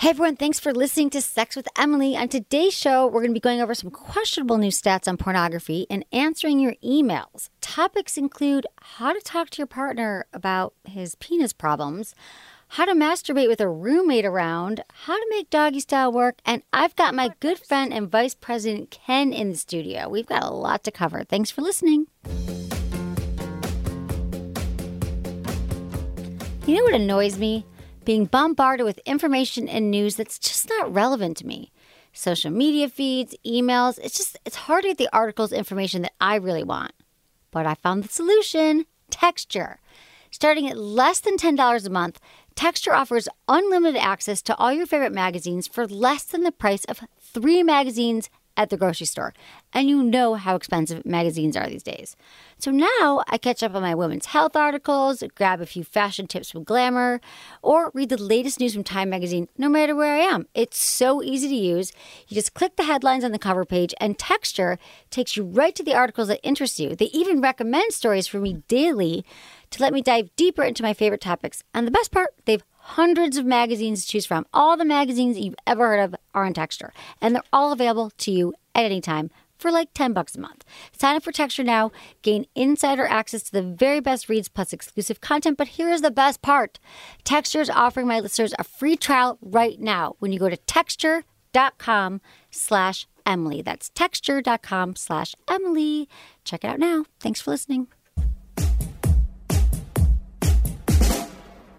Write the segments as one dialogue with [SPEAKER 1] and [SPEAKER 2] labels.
[SPEAKER 1] Hey everyone, thanks for listening to Sex with Emily. On today's show, we're going to be going over some questionable new stats on pornography and answering your emails. Topics include how to talk to your partner about his penis problems, how to masturbate with a roommate around, how to make doggy style work, and I've got my good friend and vice president Ken in the studio. We've got a lot to cover. Thanks for listening. You know what annoys me? Being bombarded with information and news that's just not relevant to me. Social media feeds, emails, it's just, it's hard to get the articles information that I really want. But I found the solution Texture. Starting at less than $10 a month, Texture offers unlimited access to all your favorite magazines for less than the price of three magazines at the grocery store. And you know how expensive magazines are these days. So now I catch up on my women's health articles, grab a few fashion tips from Glamour, or read the latest news from Time magazine no matter where I am. It's so easy to use. You just click the headlines on the cover page, and Texture takes you right to the articles that interest you. They even recommend stories for me daily to let me dive deeper into my favorite topics. And the best part, they've hundreds of magazines to choose from. All the magazines that you've ever heard of are on Texture, and they're all available to you at any time for like 10 bucks a month. Sign up for Texture now, gain insider access to the very best reads plus exclusive content, but here's the best part. Texture is offering my listeners a free trial right now when you go to texture.com slash Emily. That's texture.com slash Emily. Check it out now. Thanks for listening.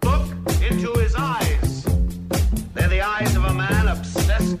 [SPEAKER 2] Look into his eyes. They're the eyes of a man obsessed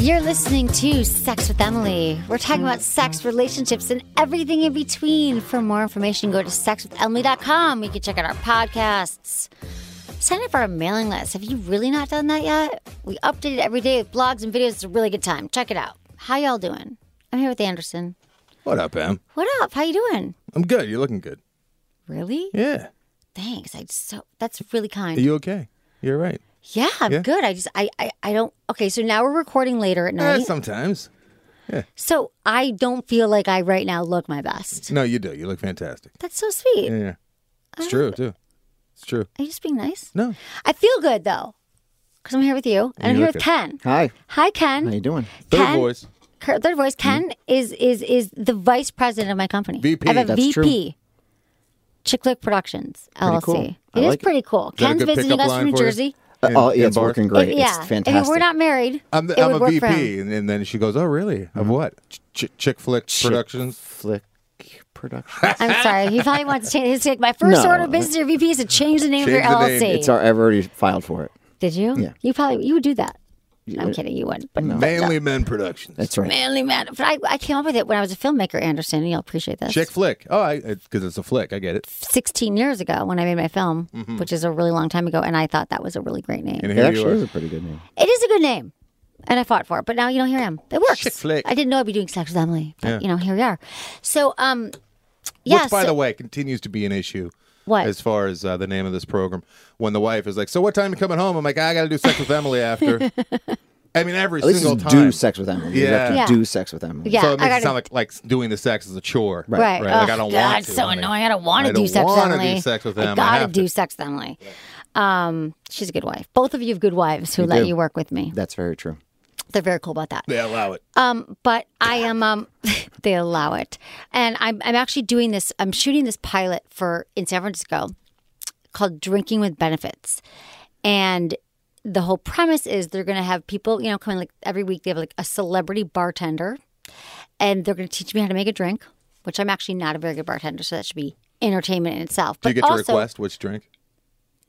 [SPEAKER 1] You're listening to Sex with Emily. We're talking about sex, relationships, and everything in between. For more information, go to sexwithemily.com. You can check out our podcasts. Sign up for our mailing list. Have you really not done that yet? We update it every day with blogs and videos. It's a really good time. Check it out. How y'all doing? I'm here with Anderson.
[SPEAKER 3] What up, Em?
[SPEAKER 1] What up? How you doing?
[SPEAKER 3] I'm good. You're looking good.
[SPEAKER 1] Really?
[SPEAKER 3] Yeah.
[SPEAKER 1] Thanks. I just so that's really kind.
[SPEAKER 3] Are you okay? You're right.
[SPEAKER 1] yeah, I'm
[SPEAKER 3] Yeah.
[SPEAKER 1] good. I just I, I I don't okay, so now we're recording later at
[SPEAKER 3] Eh,
[SPEAKER 1] night.
[SPEAKER 3] sometimes.
[SPEAKER 1] So I don't feel like I right now look my best.
[SPEAKER 3] No, you do. You look fantastic.
[SPEAKER 1] That's so sweet.
[SPEAKER 3] Yeah, yeah. It's
[SPEAKER 1] Oh.
[SPEAKER 3] true too. It's true.
[SPEAKER 1] Are you just being nice?
[SPEAKER 3] No.
[SPEAKER 1] I feel good though, because I'm here with you, and I'm
[SPEAKER 3] you
[SPEAKER 1] here
[SPEAKER 3] look
[SPEAKER 1] with Ken.
[SPEAKER 4] Hi. Uh,
[SPEAKER 1] Hi, Ken.
[SPEAKER 4] How you doing?
[SPEAKER 3] Third
[SPEAKER 1] Ken,
[SPEAKER 3] voice.
[SPEAKER 1] Cur- Third voice. Ken is is is the vice president of my company.
[SPEAKER 3] VP.
[SPEAKER 1] I have a
[SPEAKER 4] That's
[SPEAKER 1] VP.
[SPEAKER 4] true.
[SPEAKER 1] Chick Flick Productions LLC.
[SPEAKER 4] cool.
[SPEAKER 1] It
[SPEAKER 4] I
[SPEAKER 1] is
[SPEAKER 4] like it.
[SPEAKER 1] pretty cool.
[SPEAKER 3] that a
[SPEAKER 1] Ken's
[SPEAKER 3] good
[SPEAKER 1] visiting
[SPEAKER 3] pickup
[SPEAKER 1] us
[SPEAKER 3] line
[SPEAKER 1] from New
[SPEAKER 3] for you?
[SPEAKER 1] Jersey.
[SPEAKER 4] Uh, oh, yeah, it's
[SPEAKER 3] Bart?
[SPEAKER 4] working great.
[SPEAKER 1] If- yeah,
[SPEAKER 4] It's
[SPEAKER 1] if
[SPEAKER 4] fantastic.
[SPEAKER 1] we're not married,
[SPEAKER 3] I'm, the,
[SPEAKER 1] it
[SPEAKER 3] I'm
[SPEAKER 1] would
[SPEAKER 3] a
[SPEAKER 1] work for
[SPEAKER 3] VP,
[SPEAKER 1] him.
[SPEAKER 3] and, and then she goes, "Oh, really? Of what? Ch- Chick Flick Productions."
[SPEAKER 4] Flick production.
[SPEAKER 1] I'm sorry. He probably wants to change his take. My first
[SPEAKER 4] No.
[SPEAKER 1] order of business to your VP is to change the name
[SPEAKER 3] Change
[SPEAKER 1] of your
[SPEAKER 3] the
[SPEAKER 1] LLC.
[SPEAKER 3] name.
[SPEAKER 4] it's our, I've already filed for it.
[SPEAKER 1] Did you?
[SPEAKER 4] Yeah.
[SPEAKER 1] You probably you would do that. I'm kidding. You wouldn't. But
[SPEAKER 3] Manly Men Productions.
[SPEAKER 4] That's right.
[SPEAKER 1] manly man. But I, I came up with it when I was a filmmaker, Anderson. and You'll appreciate this.
[SPEAKER 3] Chick Flick. Oh, I because it's a flick. I get it.
[SPEAKER 1] 16 years ago when I made my film, which is a really long time ago, and I thought that was a really great name.
[SPEAKER 3] Mm-hmm. And
[SPEAKER 4] It
[SPEAKER 3] here you
[SPEAKER 4] actually is
[SPEAKER 3] are.
[SPEAKER 4] a pretty good name.
[SPEAKER 1] It is a good name, and I fought for it. But now you know, here I am. It works.
[SPEAKER 3] Chick flick.
[SPEAKER 1] I didn't know I'd be doing sex with Emily, but you know, here we are. So, um, yeah.
[SPEAKER 3] Which, by
[SPEAKER 1] so-
[SPEAKER 3] the way, continues to be an issue.
[SPEAKER 1] What?
[SPEAKER 3] As far as uh, the name of this program, when the wife is like, "So what time you coming home?" I'm like, "I got to do sex with Emily after." I mean, every
[SPEAKER 4] At least
[SPEAKER 3] single
[SPEAKER 4] it's
[SPEAKER 3] time.
[SPEAKER 4] do sex with Emily. You have to
[SPEAKER 1] Yeah. Yeah.
[SPEAKER 4] do sex with Emily.
[SPEAKER 1] yeah,
[SPEAKER 3] so it makes
[SPEAKER 1] I gotta,
[SPEAKER 3] it sound like like doing the sex is a chore.
[SPEAKER 1] Right.
[SPEAKER 3] Like I
[SPEAKER 1] Ugh,
[SPEAKER 3] don't
[SPEAKER 1] God,
[SPEAKER 3] want to.
[SPEAKER 1] so
[SPEAKER 3] I'm like,
[SPEAKER 1] annoying. I don't want to
[SPEAKER 3] I don't
[SPEAKER 1] do sex with
[SPEAKER 3] wanna do
[SPEAKER 1] Emily.
[SPEAKER 3] sex with
[SPEAKER 1] I
[SPEAKER 3] them. I
[SPEAKER 1] gotta
[SPEAKER 3] have
[SPEAKER 1] do
[SPEAKER 3] to.
[SPEAKER 1] sex with Emily. Um, she's a good wife. Both of you have good wives who let
[SPEAKER 4] do.
[SPEAKER 1] you work with me.
[SPEAKER 4] That's very true.
[SPEAKER 1] They're very cool about that.
[SPEAKER 3] They allow it.
[SPEAKER 1] Um, but I am um they allow it. And I'm I'm actually doing this I'm shooting this pilot for in San Francisco called Drinking with Benefits. And the whole premise is they're gonna have people, you know, coming like every week they have like a celebrity bartender and they're gonna teach me how to make a drink, which I'm actually not a very good bartender, so that should be entertainment in itself. But
[SPEAKER 3] Do you get
[SPEAKER 1] also,
[SPEAKER 3] to request which drink?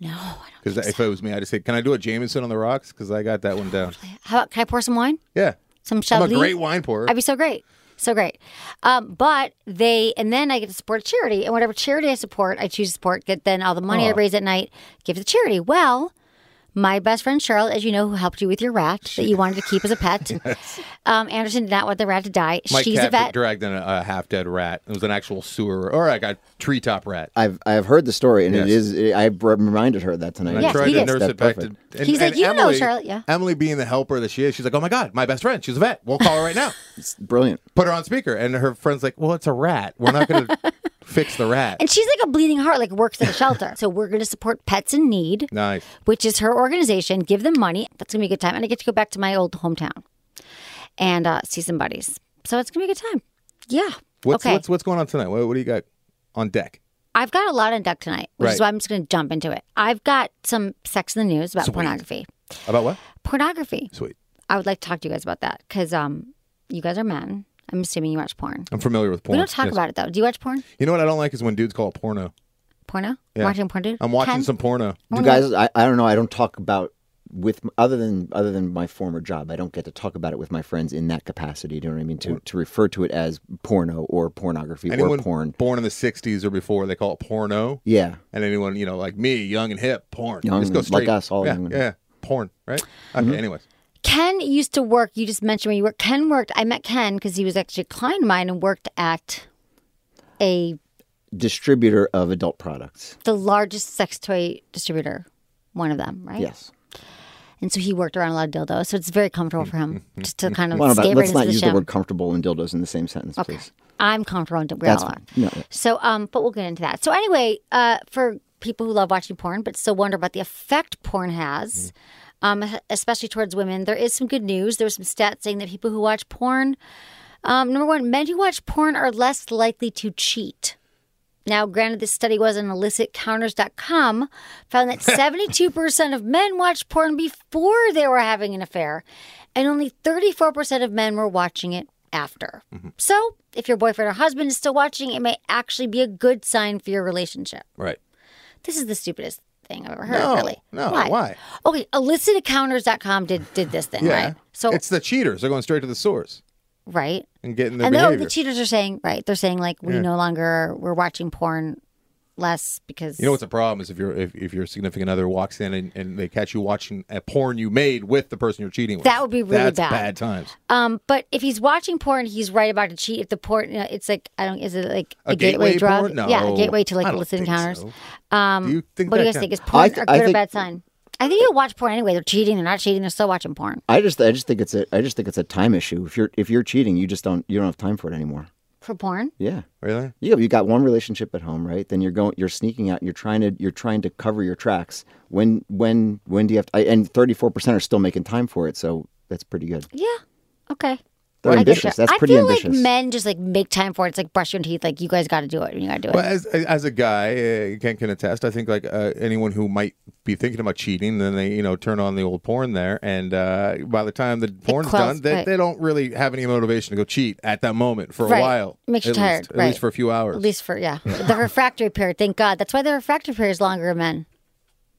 [SPEAKER 1] No, I don't
[SPEAKER 3] Because if it was me, I'd say, "Can I do a Jameson on the rocks?" Because I got that one down.
[SPEAKER 1] how about can I pour some wine?
[SPEAKER 3] Yeah,
[SPEAKER 1] Some
[SPEAKER 3] I'm a
[SPEAKER 1] Chablis?
[SPEAKER 3] great wine pourer.
[SPEAKER 1] I'd be so great. So great. Um, but they, and then I get to support a charity.
[SPEAKER 3] Oh.
[SPEAKER 1] And whatever charity I support, I choose to support, get then all the money I raise at night, give to charity. Well, My best friend Charlotte, as you know, who helped you with your rat that you wanted to keep as a pet. um, Anderson did not want the rat to die.
[SPEAKER 3] My
[SPEAKER 1] She's
[SPEAKER 3] cat
[SPEAKER 1] a vet.
[SPEAKER 3] dragged in a, a half dead rat. It was an actual sewer or like a treetop rat.
[SPEAKER 4] I've I've heard the story, and
[SPEAKER 3] Yes.
[SPEAKER 4] it is. It, I reminded her that tonight.
[SPEAKER 3] And I
[SPEAKER 1] Yes,
[SPEAKER 3] tried
[SPEAKER 1] he
[SPEAKER 3] to
[SPEAKER 1] did.
[SPEAKER 3] nurse
[SPEAKER 4] That's
[SPEAKER 3] it back
[SPEAKER 4] perfect.
[SPEAKER 3] to. And,
[SPEAKER 1] He's
[SPEAKER 3] and
[SPEAKER 1] like, "You know,
[SPEAKER 3] Emily,
[SPEAKER 1] Charlotte," yeah.
[SPEAKER 3] Emily, being the helper that she is, she's like, "Oh my god, my best friend. She's a vet. We'll call her right now.
[SPEAKER 4] It's brilliant.
[SPEAKER 3] Put her on speaker." And her friend's like, "Well, it's a rat. We're not going to fix the rat."
[SPEAKER 1] And she's like a bleeding heart, like works at a shelter. so we're going to support pets in need,
[SPEAKER 3] nice.
[SPEAKER 1] which is her organization. Give them money. That's going to be a good time. And I get to go back to my old hometown and uh, see some buddies. So it's going to be a good time. Yeah.
[SPEAKER 3] What's
[SPEAKER 1] okay.
[SPEAKER 3] what's what's going on tonight? What, what do you got on deck?
[SPEAKER 1] I've got a lot on deck tonight, which
[SPEAKER 3] Right.
[SPEAKER 1] is why I'm just going to jump into it. I've got some sex in the news about pornography.
[SPEAKER 3] About what?
[SPEAKER 1] Pornography.
[SPEAKER 3] Sweet.
[SPEAKER 1] I would like to talk to you guys about that because um, you guys are men. I'm assuming you watch porn.
[SPEAKER 3] I'm familiar with
[SPEAKER 1] We
[SPEAKER 3] porn.
[SPEAKER 1] don't talk
[SPEAKER 3] Yes.
[SPEAKER 1] about it though. Do you watch porn?
[SPEAKER 3] You know what I don't like is when dudes call it porno.
[SPEAKER 1] Porno?
[SPEAKER 3] Yeah.
[SPEAKER 1] Watching porn, dude?
[SPEAKER 3] I'm watching
[SPEAKER 1] Ken?
[SPEAKER 3] some porno.
[SPEAKER 1] Oh,
[SPEAKER 4] You guys, I, I don't know. I don't talk about with other than other than my former job. I don't get to talk about it with my friends in that capacity. Do you know what I mean? To to refer to it as porno or pornography
[SPEAKER 3] Anyone
[SPEAKER 4] or porn.
[SPEAKER 3] born in the '60s or before, they call it porno.
[SPEAKER 4] Yeah.
[SPEAKER 3] And anyone, you know, like me, young and hip, porn.
[SPEAKER 4] Young
[SPEAKER 3] Just go
[SPEAKER 4] and-
[SPEAKER 3] straight.
[SPEAKER 4] like us, all
[SPEAKER 3] yeah,
[SPEAKER 4] young and- Mm-hmm.
[SPEAKER 3] yeah, porn, right? Okay. Anyways,
[SPEAKER 1] Ken used to work. You just mentioned where you work. Ken worked. I met Ken because he was actually a client of mine and worked at a
[SPEAKER 4] Distributor of adult products.
[SPEAKER 1] the largest sex toy distributor, one of them, right?
[SPEAKER 4] Yes.
[SPEAKER 1] And so he worked around a lot of dildos, so it's very comfortable for him
[SPEAKER 3] Mm-hmm.
[SPEAKER 1] just to kind of
[SPEAKER 4] Well, but
[SPEAKER 1] skate right
[SPEAKER 4] let's
[SPEAKER 1] into
[SPEAKER 4] not
[SPEAKER 1] the
[SPEAKER 4] use
[SPEAKER 1] shit.
[SPEAKER 4] the word comfortable and dildos in the same sentence, please.
[SPEAKER 1] I'm comfortable. And we
[SPEAKER 4] That's
[SPEAKER 1] all are.
[SPEAKER 4] fine. No.
[SPEAKER 1] So, um, but we'll get into that. So anyway, uh, for people who love watching porn but still wonder about the effect porn has,
[SPEAKER 4] Mm-hmm.
[SPEAKER 1] um, especially towards women, there is some good news. There's some stats saying that people who watch porn, um, number one, men who watch porn are less likely to cheat. Now, granted, this study was on illicitcounters.com, found that 72% of men watched porn before they were having an affair, and only 34% of men were watching it after.
[SPEAKER 3] Mm-hmm.
[SPEAKER 1] So, if your boyfriend or husband is still watching, it may actually be a good sign for your relationship.
[SPEAKER 3] right.
[SPEAKER 1] This is the stupidest thing I've ever heard,
[SPEAKER 3] No,
[SPEAKER 1] really.
[SPEAKER 3] no,
[SPEAKER 1] why?
[SPEAKER 3] why?
[SPEAKER 1] Okay, illicitcounters.com did, did this thing,
[SPEAKER 3] Yeah.
[SPEAKER 1] right? So,
[SPEAKER 3] it's the cheaters. They're going straight to the source
[SPEAKER 1] right?
[SPEAKER 3] and getting the
[SPEAKER 1] and oh,
[SPEAKER 3] behavior.
[SPEAKER 1] the cheaters are saying, right, they're saying, like, we no longer, we're watching porn less because.
[SPEAKER 3] you know what's a problem is if your if, if your significant other walks in and, and they catch you watching a porn you made with the person you're cheating with.
[SPEAKER 1] That would be really
[SPEAKER 3] That's
[SPEAKER 1] bad.
[SPEAKER 3] bad times.
[SPEAKER 1] Um, but if he's watching porn, he's right about to cheat. If the porn, you know, it's like I don't. Is it like a,
[SPEAKER 3] A gateway
[SPEAKER 1] drug?
[SPEAKER 3] porn? No,
[SPEAKER 1] Yeah, a gateway to
[SPEAKER 3] I
[SPEAKER 1] like
[SPEAKER 3] don't
[SPEAKER 1] illicit
[SPEAKER 3] think
[SPEAKER 1] encounters.
[SPEAKER 3] so.
[SPEAKER 1] Um,
[SPEAKER 3] Do you think
[SPEAKER 1] what do you guys
[SPEAKER 3] that counts?
[SPEAKER 1] think? Is porn
[SPEAKER 4] I th-
[SPEAKER 1] a
[SPEAKER 4] I
[SPEAKER 1] good or
[SPEAKER 4] think-
[SPEAKER 1] bad sign? I think you watch porn anyway. They're cheating. They're not cheating. They're still watching porn.
[SPEAKER 4] I just I just think it's a I just think it's a time issue. If you're if you're cheating, you just don't you don't have time for it anymore.
[SPEAKER 1] For porn,
[SPEAKER 4] Yeah.
[SPEAKER 3] Really?
[SPEAKER 4] You you got one relationship at home, right? Then you're going you're sneaking out, you're trying to you're trying to cover your tracks. When when when do you have to I, and 34% are still making time for it, so that's pretty good.
[SPEAKER 1] yeah, okay.
[SPEAKER 4] They're
[SPEAKER 1] I get
[SPEAKER 4] ambitious.
[SPEAKER 1] that.
[SPEAKER 4] That's
[SPEAKER 1] I
[SPEAKER 4] pretty
[SPEAKER 1] feel
[SPEAKER 4] ambitious.
[SPEAKER 1] like men just like make time for it. It's like brush your teeth. Like you guys got to do it. and You got to do it.
[SPEAKER 3] Well, as as a guy, uh, Ken can attest. I think like uh, anyone who might be thinking about cheating, then they you know turn on the old porn there, and uh, by the time the porn's
[SPEAKER 1] quells-
[SPEAKER 3] done, they,
[SPEAKER 1] right.
[SPEAKER 3] they don't really have any motivation to go cheat at that moment for
[SPEAKER 1] Right.
[SPEAKER 3] a while.
[SPEAKER 1] Makes you
[SPEAKER 3] at
[SPEAKER 1] tired,
[SPEAKER 3] least,
[SPEAKER 1] right.
[SPEAKER 3] at least for a few hours.
[SPEAKER 1] At least for yeah, the refractory period. Thank God. That's why the refractory period is longer in men.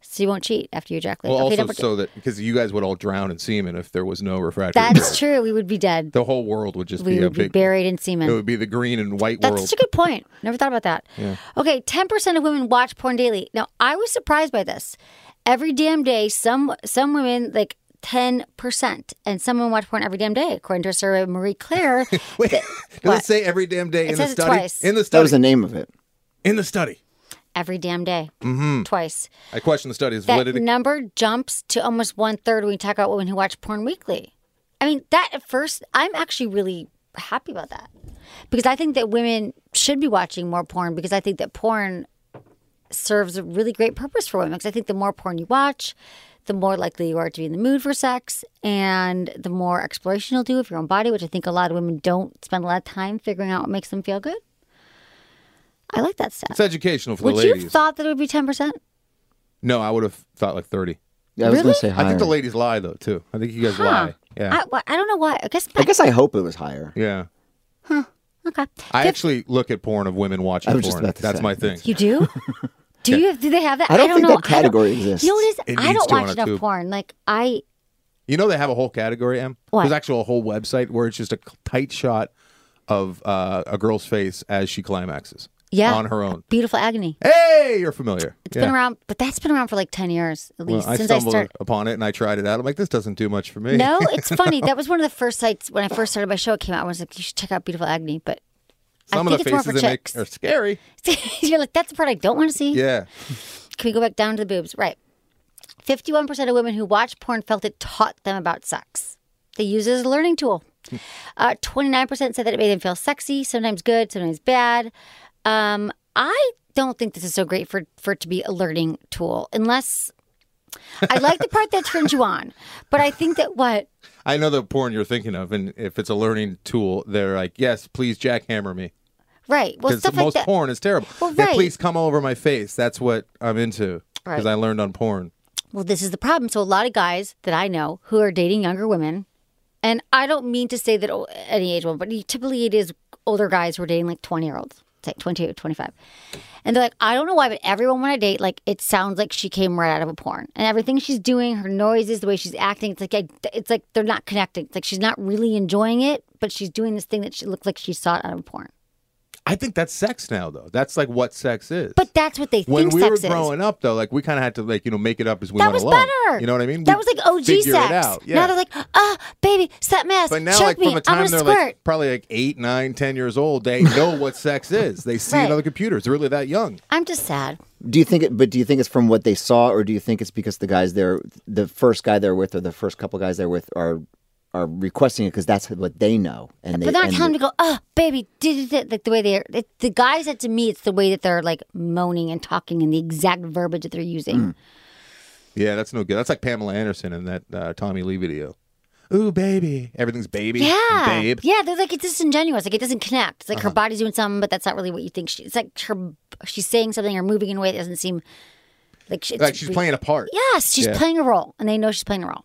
[SPEAKER 1] So you won't cheat after you ejaculate.
[SPEAKER 3] well,
[SPEAKER 1] Okay,
[SPEAKER 3] also
[SPEAKER 1] number two.
[SPEAKER 3] so that because you guys would all drown in semen if there was no refractory.
[SPEAKER 1] that's
[SPEAKER 3] period.
[SPEAKER 1] true. We would be dead.
[SPEAKER 3] The whole world would just
[SPEAKER 1] we
[SPEAKER 3] be a
[SPEAKER 1] would be
[SPEAKER 3] big.
[SPEAKER 1] buried in
[SPEAKER 3] it
[SPEAKER 1] semen.
[SPEAKER 3] would be the green and white
[SPEAKER 1] That's
[SPEAKER 3] world.
[SPEAKER 1] such a good point. Never thought about that. Okay, 10% of women watch porn daily. Now, I was surprised by this. Every damn day, some some women like 10%, and some women watch porn every damn day, according to a survey of Marie Claire.
[SPEAKER 3] Wait, does
[SPEAKER 1] what?
[SPEAKER 3] it say every damn day in the
[SPEAKER 1] says it
[SPEAKER 3] study?
[SPEAKER 1] twice.
[SPEAKER 3] In the
[SPEAKER 4] That
[SPEAKER 3] study.
[SPEAKER 4] was the name of it.
[SPEAKER 3] in the study.
[SPEAKER 1] every damn day, mm-hmm. twice.
[SPEAKER 3] I question the study's
[SPEAKER 1] That
[SPEAKER 3] validity.
[SPEAKER 1] number jumps to almost one third when you talk about women who watch porn weekly. I mean, that at first, I'm actually really happy about that because I think that women should be watching more porn because I think that porn serves a really great purpose for women because I think the more porn you watch, the more likely you are to be in the mood for sex and the more exploration you'll do of your own body, which I think a lot of women don't spend a lot of time figuring out what makes them feel good. I like that stat.
[SPEAKER 3] it's educational for
[SPEAKER 1] Would
[SPEAKER 3] the
[SPEAKER 1] you
[SPEAKER 3] ladies.
[SPEAKER 1] have thought that it would be 10%?
[SPEAKER 3] no, I would have thought like thirty.
[SPEAKER 4] Yeah, I was
[SPEAKER 1] Really?
[SPEAKER 4] going to say
[SPEAKER 3] I
[SPEAKER 4] higher.
[SPEAKER 3] think the ladies lie though too. I think you guys lie. Yeah,
[SPEAKER 1] I, well, I don't know why. I guess,
[SPEAKER 4] I guess I hope it was higher.
[SPEAKER 3] yeah.
[SPEAKER 1] okay.
[SPEAKER 3] I
[SPEAKER 1] Fif-
[SPEAKER 3] actually look at porn of women watching
[SPEAKER 4] I was just
[SPEAKER 3] porn.
[SPEAKER 4] about to
[SPEAKER 3] That's
[SPEAKER 4] say.
[SPEAKER 3] my thing.
[SPEAKER 1] You do? Do you? Do they have that?
[SPEAKER 4] I don't think
[SPEAKER 1] know.
[SPEAKER 4] that category exists.
[SPEAKER 1] I don't, you know what it
[SPEAKER 3] It
[SPEAKER 1] is? I
[SPEAKER 3] needs
[SPEAKER 1] don't
[SPEAKER 3] to on
[SPEAKER 1] watch
[SPEAKER 3] our
[SPEAKER 1] enough
[SPEAKER 3] tube.
[SPEAKER 1] porn. Like I,
[SPEAKER 3] You know they have a whole category, Em.
[SPEAKER 1] What?
[SPEAKER 3] There's actually a whole website where it's just a tight shot of uh, a girl's face as she climaxes.
[SPEAKER 1] Yeah.
[SPEAKER 3] on her own.
[SPEAKER 1] Beautiful agony.
[SPEAKER 3] Hey, you're familiar.
[SPEAKER 1] It's
[SPEAKER 3] It's
[SPEAKER 1] been around, but that's been around for like 10 years at least
[SPEAKER 3] I
[SPEAKER 1] since I
[SPEAKER 3] stumbled
[SPEAKER 1] started.
[SPEAKER 3] upon it and I tried it out. I'm like, this doesn't do much for me.
[SPEAKER 1] No, it's funny. That was one of the first sites when I first started my show. It came out. I was like, you should check out Beautiful Agony. But
[SPEAKER 3] Some
[SPEAKER 1] I
[SPEAKER 3] of
[SPEAKER 1] think it's
[SPEAKER 3] the
[SPEAKER 1] more
[SPEAKER 3] faces
[SPEAKER 1] for
[SPEAKER 3] they make
[SPEAKER 1] chicks.
[SPEAKER 3] are scary.
[SPEAKER 1] you're like, that's the part I don't want to see.
[SPEAKER 3] Yeah.
[SPEAKER 1] Can we go back down to the boobs? Right. 51% of women who watched porn felt it taught them about sex. They use it as a learning tool. Uh, 29% said that it made them feel sexy, sometimes good, sometimes bad. Um, I don't think this is so great for, for it to be a learning tool, unless I like the part that turns you on. But I think that what?
[SPEAKER 3] I know the porn you're thinking of, and if it's a learning tool, they're like, yes, please jackhammer me.
[SPEAKER 1] Right. Well,
[SPEAKER 3] Because
[SPEAKER 1] stuff like
[SPEAKER 3] most
[SPEAKER 1] that.
[SPEAKER 3] porn is terrible.
[SPEAKER 1] Well,
[SPEAKER 3] Yeah,
[SPEAKER 1] right.
[SPEAKER 3] please come over my face. That's what I'm into. Because
[SPEAKER 1] Right.
[SPEAKER 3] I learned on porn.
[SPEAKER 1] Well, this is the problem. So a lot of guys that I know who are dating younger women, and I don't mean to say that o- any age woman, but typically it is older guys who are dating like 20 year olds, say 28, 25. And they're like, I don't know why, but everyone when I date, like it sounds like she came right out of a porn. And everything she's doing, her noises, the way she's acting, it's like I, it's like they're not connecting. It's like she's not really enjoying it, but she's doing this thing that she looked like she saw it out of a porn.
[SPEAKER 3] I think that's sex now, though. That's like what sex is.
[SPEAKER 1] But that's what they
[SPEAKER 3] when
[SPEAKER 1] think
[SPEAKER 3] we were
[SPEAKER 1] sex is.
[SPEAKER 3] growing up, though, like we kind of had to, like you know, make it up as we
[SPEAKER 1] That
[SPEAKER 3] went
[SPEAKER 1] was
[SPEAKER 3] along.
[SPEAKER 1] better.
[SPEAKER 3] You know what I mean?
[SPEAKER 1] That
[SPEAKER 3] We'd
[SPEAKER 1] was like OG
[SPEAKER 3] figure
[SPEAKER 1] sex.
[SPEAKER 3] It out. Yeah.
[SPEAKER 1] Now they're like, oh, baby, set mask.
[SPEAKER 3] But now,
[SPEAKER 1] choke
[SPEAKER 3] like
[SPEAKER 1] me.
[SPEAKER 3] from the time
[SPEAKER 1] I'm
[SPEAKER 3] they're
[SPEAKER 1] gonna squirt.
[SPEAKER 3] like probably like eight, nine, ten years old, they know what sex is. They see it
[SPEAKER 1] Right.
[SPEAKER 3] on the computer. It's really that young.
[SPEAKER 1] I'm just sad.
[SPEAKER 4] Do you think it? But do you think it's from what they saw, or do you think it's because the guys they're the first guy they're with, or the first couple guys they're with are are requesting it because that's what they know, and they
[SPEAKER 1] But they're not
[SPEAKER 4] and
[SPEAKER 1] telling
[SPEAKER 4] they-
[SPEAKER 1] them to go, oh, baby, did it like the way they're it, the guys that to me it's the way that they're like moaning and talking and the exact verbiage that they're using.
[SPEAKER 3] Mm. Yeah, that's no good. That's like Pamela Anderson in that uh, Tommy Lee video. Ooh, baby, everything's baby. and
[SPEAKER 1] Yeah.
[SPEAKER 3] babe. Uh-huh.
[SPEAKER 1] Yeah, they're like it's disingenuous. Like it doesn't connect. It's like her body's doing something, but that's not really what you think she it's like her she's saying something or moving in a way that doesn't seem like, she,
[SPEAKER 3] Like she's
[SPEAKER 1] playing.
[SPEAKER 3] playing a part.
[SPEAKER 1] Yes, she's
[SPEAKER 3] Yeah. Hmm.
[SPEAKER 1] playing a role, and they know she's playing a role.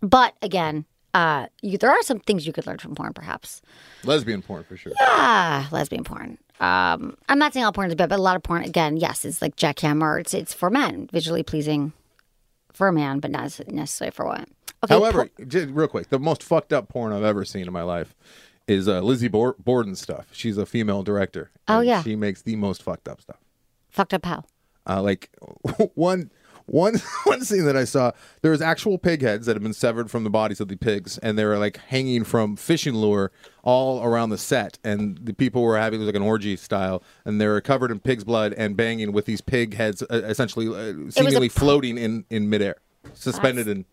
[SPEAKER 1] But again, uh, you, there are some things you could learn from porn, perhaps.
[SPEAKER 3] Lesbian porn for sure.
[SPEAKER 1] Ah, lesbian porn. Um, I'm not saying all porn is bad, but a lot of porn, again, yes, it's like jackhammer. It's it's for men, visually pleasing for a man, but not necessarily for a woman. Okay,
[SPEAKER 3] However,
[SPEAKER 1] por-
[SPEAKER 3] just real quick, the most fucked up porn I've ever seen in my life is uh, Lizzie Bor- Borden stuff. She's a female director.
[SPEAKER 1] Oh,
[SPEAKER 3] and
[SPEAKER 1] yeah.
[SPEAKER 3] she makes the most fucked up stuff.
[SPEAKER 1] fucked up how?
[SPEAKER 3] Uh, like one one one scene that I saw, there was actual pig heads that had been severed from the bodies of the pigs, and they were like hanging from fishing lure all around the set, and the people were having like an orgy style, and they were covered in pig's blood and banging with these pig heads, uh, essentially uh, seemingly
[SPEAKER 1] pro-
[SPEAKER 3] floating in in midair, suspended in